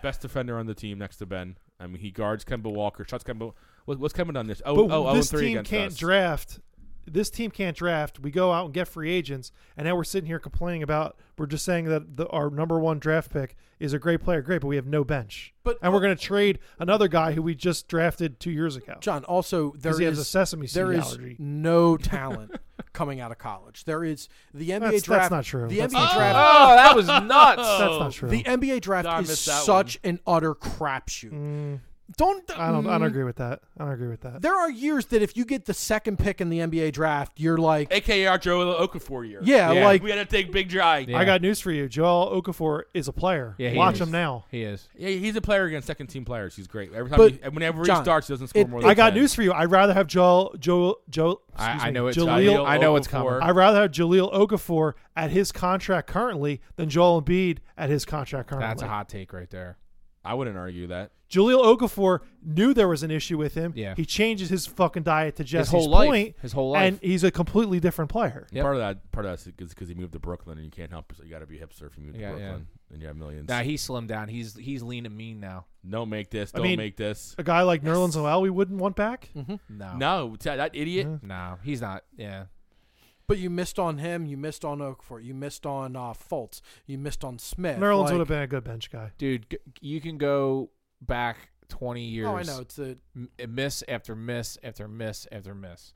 [SPEAKER 3] Best defender on the team next to Ben. I mean, he guards Kemba Walker. Shots Kemba. What, what's Kemba done this? Oh,
[SPEAKER 2] But
[SPEAKER 3] oh, oh,
[SPEAKER 2] this
[SPEAKER 3] and three
[SPEAKER 2] team
[SPEAKER 3] against
[SPEAKER 2] can't
[SPEAKER 3] us.
[SPEAKER 2] draft. This team can't draft. We go out and get free agents, and now we're sitting here complaining about. We're just saying that the, our number one draft pick is a great player, great, but we have no bench.
[SPEAKER 4] But-
[SPEAKER 2] and we're going to trade another guy who we just drafted two years ago.
[SPEAKER 4] John. Also, there is
[SPEAKER 2] he has a sesame seed
[SPEAKER 4] there is
[SPEAKER 2] allergy.
[SPEAKER 4] no talent coming out of college. There is the NBA
[SPEAKER 2] That's- that's
[SPEAKER 4] draft.
[SPEAKER 2] not true.
[SPEAKER 4] The
[SPEAKER 2] That's
[SPEAKER 4] NBA
[SPEAKER 2] not
[SPEAKER 4] draft.
[SPEAKER 1] Oh, that was nuts.
[SPEAKER 2] That's not true.
[SPEAKER 4] Oh, The NBA draft
[SPEAKER 3] I
[SPEAKER 4] is
[SPEAKER 3] missed that
[SPEAKER 4] such an utter crapshoot.
[SPEAKER 1] Mm.
[SPEAKER 4] Don't.
[SPEAKER 2] I don't. I don't
[SPEAKER 4] mm,
[SPEAKER 2] agree with that. I don't agree with that.
[SPEAKER 4] There are years that if you get the second pick in the NBA draft, you're like,
[SPEAKER 3] AKA our Joe Okafor year.
[SPEAKER 4] Yeah, Yeah. like-
[SPEAKER 3] we had to take Big Dry. Yeah.
[SPEAKER 2] I got news for you. Joel Okafor is a player.
[SPEAKER 1] Yeah, he
[SPEAKER 2] Watch
[SPEAKER 1] is.
[SPEAKER 2] him now.
[SPEAKER 1] He is.
[SPEAKER 3] he's a player against second team players. He's great. Every time,
[SPEAKER 4] But,
[SPEAKER 3] he, whenever
[SPEAKER 4] John,
[SPEAKER 3] he starts, he doesn't score
[SPEAKER 4] it-
[SPEAKER 3] more.
[SPEAKER 4] it-
[SPEAKER 3] Than
[SPEAKER 2] I got
[SPEAKER 3] 10.
[SPEAKER 2] news for you. I'd rather have Joel Joel Joel. excuse
[SPEAKER 1] I, I
[SPEAKER 2] me,
[SPEAKER 1] know it's
[SPEAKER 2] Jaleel
[SPEAKER 1] coming. I know it's
[SPEAKER 3] Okafor.
[SPEAKER 1] coming.
[SPEAKER 2] I'd rather have Jaleel Okafor at his contract currently than Joel Embiid at his contract currently.
[SPEAKER 1] That's a hot take right there.
[SPEAKER 3] I wouldn't argue that.
[SPEAKER 2] Jaleel Okafor knew there was an issue with him.
[SPEAKER 1] Yeah.
[SPEAKER 2] He changes his fucking diet to Jesse's
[SPEAKER 1] whole life.
[SPEAKER 2] point,
[SPEAKER 1] His whole life.
[SPEAKER 2] And he's a completely different player.
[SPEAKER 1] Yep.
[SPEAKER 3] Part of that, part of that is because he moved to Brooklyn, and you can't help. it. So you got to be hipster if you move
[SPEAKER 1] Yeah,
[SPEAKER 3] to
[SPEAKER 1] yeah.
[SPEAKER 3] Brooklyn, and you have millions.
[SPEAKER 1] Nah, he slimmed down. He's he's lean and mean now.
[SPEAKER 3] don't make this.
[SPEAKER 2] I
[SPEAKER 3] Don't
[SPEAKER 2] mean-
[SPEAKER 3] make this.
[SPEAKER 2] A guy like Nerlens
[SPEAKER 1] Mm-hmm.
[SPEAKER 2] Noel we wouldn't want back.
[SPEAKER 1] No,
[SPEAKER 2] Mm-hmm.
[SPEAKER 3] No, t- that idiot.
[SPEAKER 1] no, he's not. Yeah,
[SPEAKER 4] but But you missed on him. You missed on Oakfort. You missed on uh, Fultz. You missed on Smith.
[SPEAKER 2] Nerlens would
[SPEAKER 4] like-
[SPEAKER 2] have been a good bench guy.
[SPEAKER 1] dude. G- you can go back twenty years.
[SPEAKER 4] Oh, I know. It's a
[SPEAKER 1] m- miss after miss after miss after miss.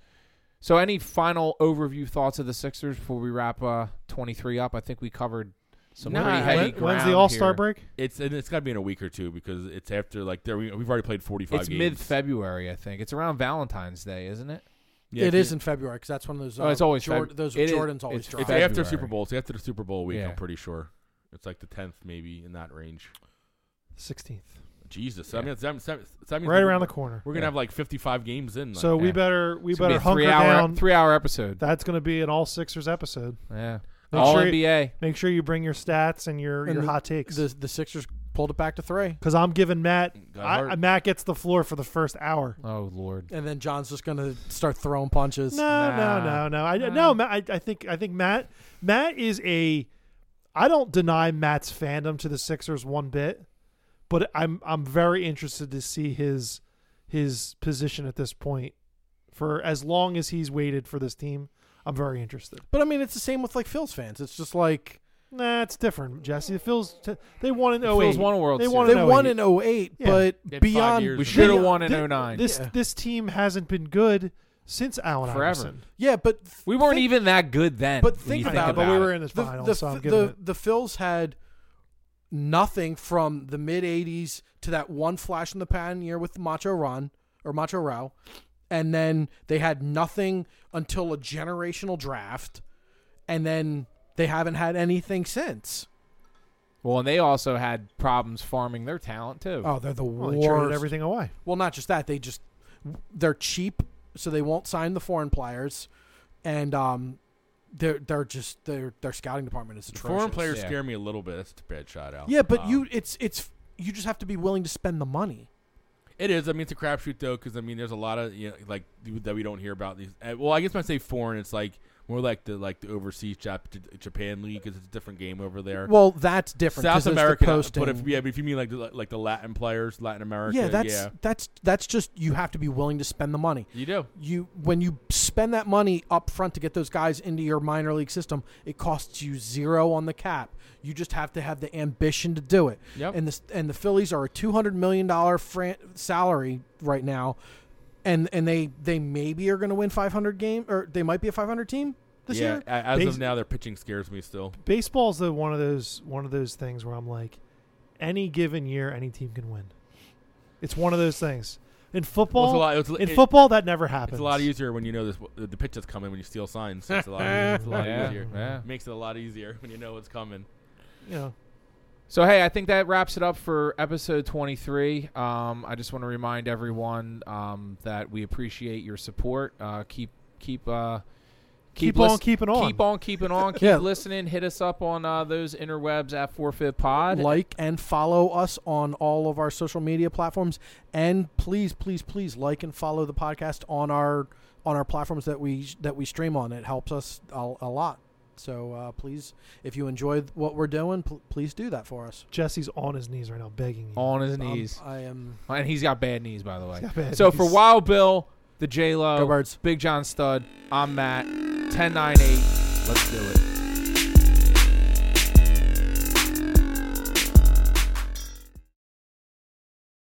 [SPEAKER 1] So, any final overview thoughts of the Sixers before we wrap uh, 23 up? I think we covered some
[SPEAKER 3] Nah,
[SPEAKER 1] pretty heavy
[SPEAKER 2] When-
[SPEAKER 1] ground.
[SPEAKER 2] when's the All Star
[SPEAKER 1] here.
[SPEAKER 2] break?
[SPEAKER 3] It's and it's got to be in a week or two because it's after like there we, we've already played forty five.
[SPEAKER 1] It's mid February, I think. It's around Valentine's Day, isn't it?
[SPEAKER 4] it is in February because that's one of those.
[SPEAKER 1] Oh,
[SPEAKER 4] uh,
[SPEAKER 1] it's always
[SPEAKER 4] Jord-
[SPEAKER 1] Feb-
[SPEAKER 4] those
[SPEAKER 1] it is-
[SPEAKER 4] Jordans always
[SPEAKER 1] it's-
[SPEAKER 4] dry.
[SPEAKER 3] It's
[SPEAKER 1] February.
[SPEAKER 3] after Super Bowl. It's after the Super Bowl week.
[SPEAKER 1] Yeah.
[SPEAKER 3] I'm pretty sure. It's like the tenth, maybe in that range.
[SPEAKER 2] Sixteenth,
[SPEAKER 3] Jesus,
[SPEAKER 1] Yeah.
[SPEAKER 3] I mean, it's, that- that- that means
[SPEAKER 2] right
[SPEAKER 3] we're-
[SPEAKER 2] around the corner.
[SPEAKER 3] We're gonna have like fifty five games in. Like,
[SPEAKER 2] So we
[SPEAKER 1] Yeah.
[SPEAKER 2] better we
[SPEAKER 1] It's gonna be
[SPEAKER 2] better
[SPEAKER 1] a
[SPEAKER 2] hunker
[SPEAKER 1] three hour,
[SPEAKER 2] down.
[SPEAKER 1] Three hour episode.
[SPEAKER 2] That's going to be an All Sixers episode.
[SPEAKER 1] Yeah.
[SPEAKER 2] Make
[SPEAKER 1] All
[SPEAKER 2] sure you-
[SPEAKER 1] NBA.
[SPEAKER 2] Make sure you bring your stats and your
[SPEAKER 4] And
[SPEAKER 2] your hot takes.
[SPEAKER 4] the the Sixers pulled it back to three,
[SPEAKER 2] Because I'm giving Matt.
[SPEAKER 3] Got
[SPEAKER 2] I,
[SPEAKER 3] hurt.
[SPEAKER 2] Matt gets the floor for the first hour.
[SPEAKER 1] Oh, Lord.
[SPEAKER 4] and then John's just gonna start throwing punches.
[SPEAKER 2] No, no, no, no. I no. Matt, I, I think I think Matt Matt is a. I don't deny Matt's fandom to the Sixers one bit, but I'm I'm very interested to see his his position at this point. For as long as he's waited for this team, I'm very interested.
[SPEAKER 4] But I mean, it's the same with like Phil's fans. It's just like
[SPEAKER 2] Nah, it's different, Jesse. The Phil's t- they won in 08.
[SPEAKER 1] Phil's won a World
[SPEAKER 2] they
[SPEAKER 1] Series.
[SPEAKER 2] won
[SPEAKER 4] they
[SPEAKER 2] in 08.
[SPEAKER 4] won in 08,
[SPEAKER 2] Yeah.
[SPEAKER 3] They
[SPEAKER 4] but
[SPEAKER 3] had five
[SPEAKER 4] beyond
[SPEAKER 3] years
[SPEAKER 1] We
[SPEAKER 3] They-
[SPEAKER 1] should have won in
[SPEAKER 2] Th-
[SPEAKER 1] 09.
[SPEAKER 2] This
[SPEAKER 4] oh Yeah.
[SPEAKER 2] this team hasn't been good since Allen
[SPEAKER 1] Forever.
[SPEAKER 2] Iverson.
[SPEAKER 4] yeah, but th-
[SPEAKER 1] we weren't
[SPEAKER 4] think-
[SPEAKER 1] even that good then.
[SPEAKER 4] But
[SPEAKER 1] when
[SPEAKER 4] think
[SPEAKER 1] you
[SPEAKER 4] about it,
[SPEAKER 2] but we were
[SPEAKER 1] it.
[SPEAKER 2] in the,
[SPEAKER 4] the
[SPEAKER 2] final,
[SPEAKER 4] the
[SPEAKER 2] so I'm
[SPEAKER 4] f-
[SPEAKER 2] giving
[SPEAKER 4] the,
[SPEAKER 2] it.
[SPEAKER 4] the Phils had nothing from the mid '80s to that one flash in the pan year with Macho Ron or Macho Rao, and then they had nothing until a generational draft, and then they haven't had anything since.
[SPEAKER 1] Well, and they also had problems farming their talent, too.
[SPEAKER 4] Oh, they're the
[SPEAKER 2] Well, they traded
[SPEAKER 4] worst.
[SPEAKER 2] everything away.
[SPEAKER 4] Well, not just that; they just they're cheap, so they won't sign the foreign players, and um, they're they're just their their scouting department is
[SPEAKER 3] The
[SPEAKER 4] atrocious.
[SPEAKER 3] foreign players
[SPEAKER 1] Yeah.
[SPEAKER 3] scare me a little bit. That's a bad shot out.
[SPEAKER 4] Yeah, but
[SPEAKER 3] Um,
[SPEAKER 4] you it's it's you just have to be willing to spend the money.
[SPEAKER 3] It is. I mean, it's a crapshoot though, because I mean, there's a lot of you know, like that we don't hear about these. uh, Well, I guess when I say foreign, it's like more like the like the overseas Jap- Japan league because it's a different game over there.
[SPEAKER 4] Well, that's different. 'cause
[SPEAKER 3] South
[SPEAKER 4] there's the
[SPEAKER 3] America,
[SPEAKER 4] posting.
[SPEAKER 3] but if yeah, but if you mean like the, like the Latin players, Latin America,
[SPEAKER 4] yeah, that's
[SPEAKER 3] yeah,
[SPEAKER 4] that's that's just you have to be willing to spend the money.
[SPEAKER 3] you do.
[SPEAKER 4] You when you spend that money up front to get those guys into your minor league system, it costs you zero on the cap. You just have to have the ambition to do it.
[SPEAKER 3] Yep.
[SPEAKER 4] And the and the Phillies are a two hundred million dollar fran- salary right now, and and they they maybe are going to win five hundred game or they might be a five hundred team this
[SPEAKER 3] yeah,
[SPEAKER 4] year.
[SPEAKER 3] a- as
[SPEAKER 2] Bas-
[SPEAKER 3] of now, their pitching scares me still.
[SPEAKER 2] Baseball's the one of those one of those things where I'm like, any given year, any team can win. It's one of those things. In
[SPEAKER 3] Well,
[SPEAKER 2] football,
[SPEAKER 3] it's a lot. It's,
[SPEAKER 2] in
[SPEAKER 3] it-
[SPEAKER 2] football, that never happens.
[SPEAKER 3] it's a lot easier when you know this. The the pitch that's coming when you steal signs. It's a lot, it's a lot
[SPEAKER 1] Yeah,
[SPEAKER 3] easier.
[SPEAKER 1] yeah.
[SPEAKER 3] Makes it a lot easier when you know what's coming.
[SPEAKER 2] You know,
[SPEAKER 1] So hey, I think that wraps it up for episode 23. Um, I just want to remind everyone um, that we appreciate your support. Uh, keep keep uh,
[SPEAKER 2] keep,
[SPEAKER 1] lis-
[SPEAKER 2] on keeping on.
[SPEAKER 1] keep on keeping on. Keep
[SPEAKER 4] Yeah.
[SPEAKER 1] listening. Hit us up on uh, those interwebs at Forfeit Pod.
[SPEAKER 4] like and follow us on all of our social media platforms and please please please like and follow the podcast on our on our platforms that we that we stream on it helps us a, a lot so uh, please if you enjoy what we're doing pl- please do that for us
[SPEAKER 2] Jesse's on his knees right now, begging you.
[SPEAKER 1] on his
[SPEAKER 4] Um,
[SPEAKER 1] knees,
[SPEAKER 4] i am
[SPEAKER 1] and he's got bad knees, by the way.
[SPEAKER 2] He's got bad
[SPEAKER 1] So for
[SPEAKER 2] knees.
[SPEAKER 1] Wild Bill, the J
[SPEAKER 4] go
[SPEAKER 1] Lo,
[SPEAKER 4] birds
[SPEAKER 1] Big John Stud, I'm Matt. Ten nine eight. Let's do it.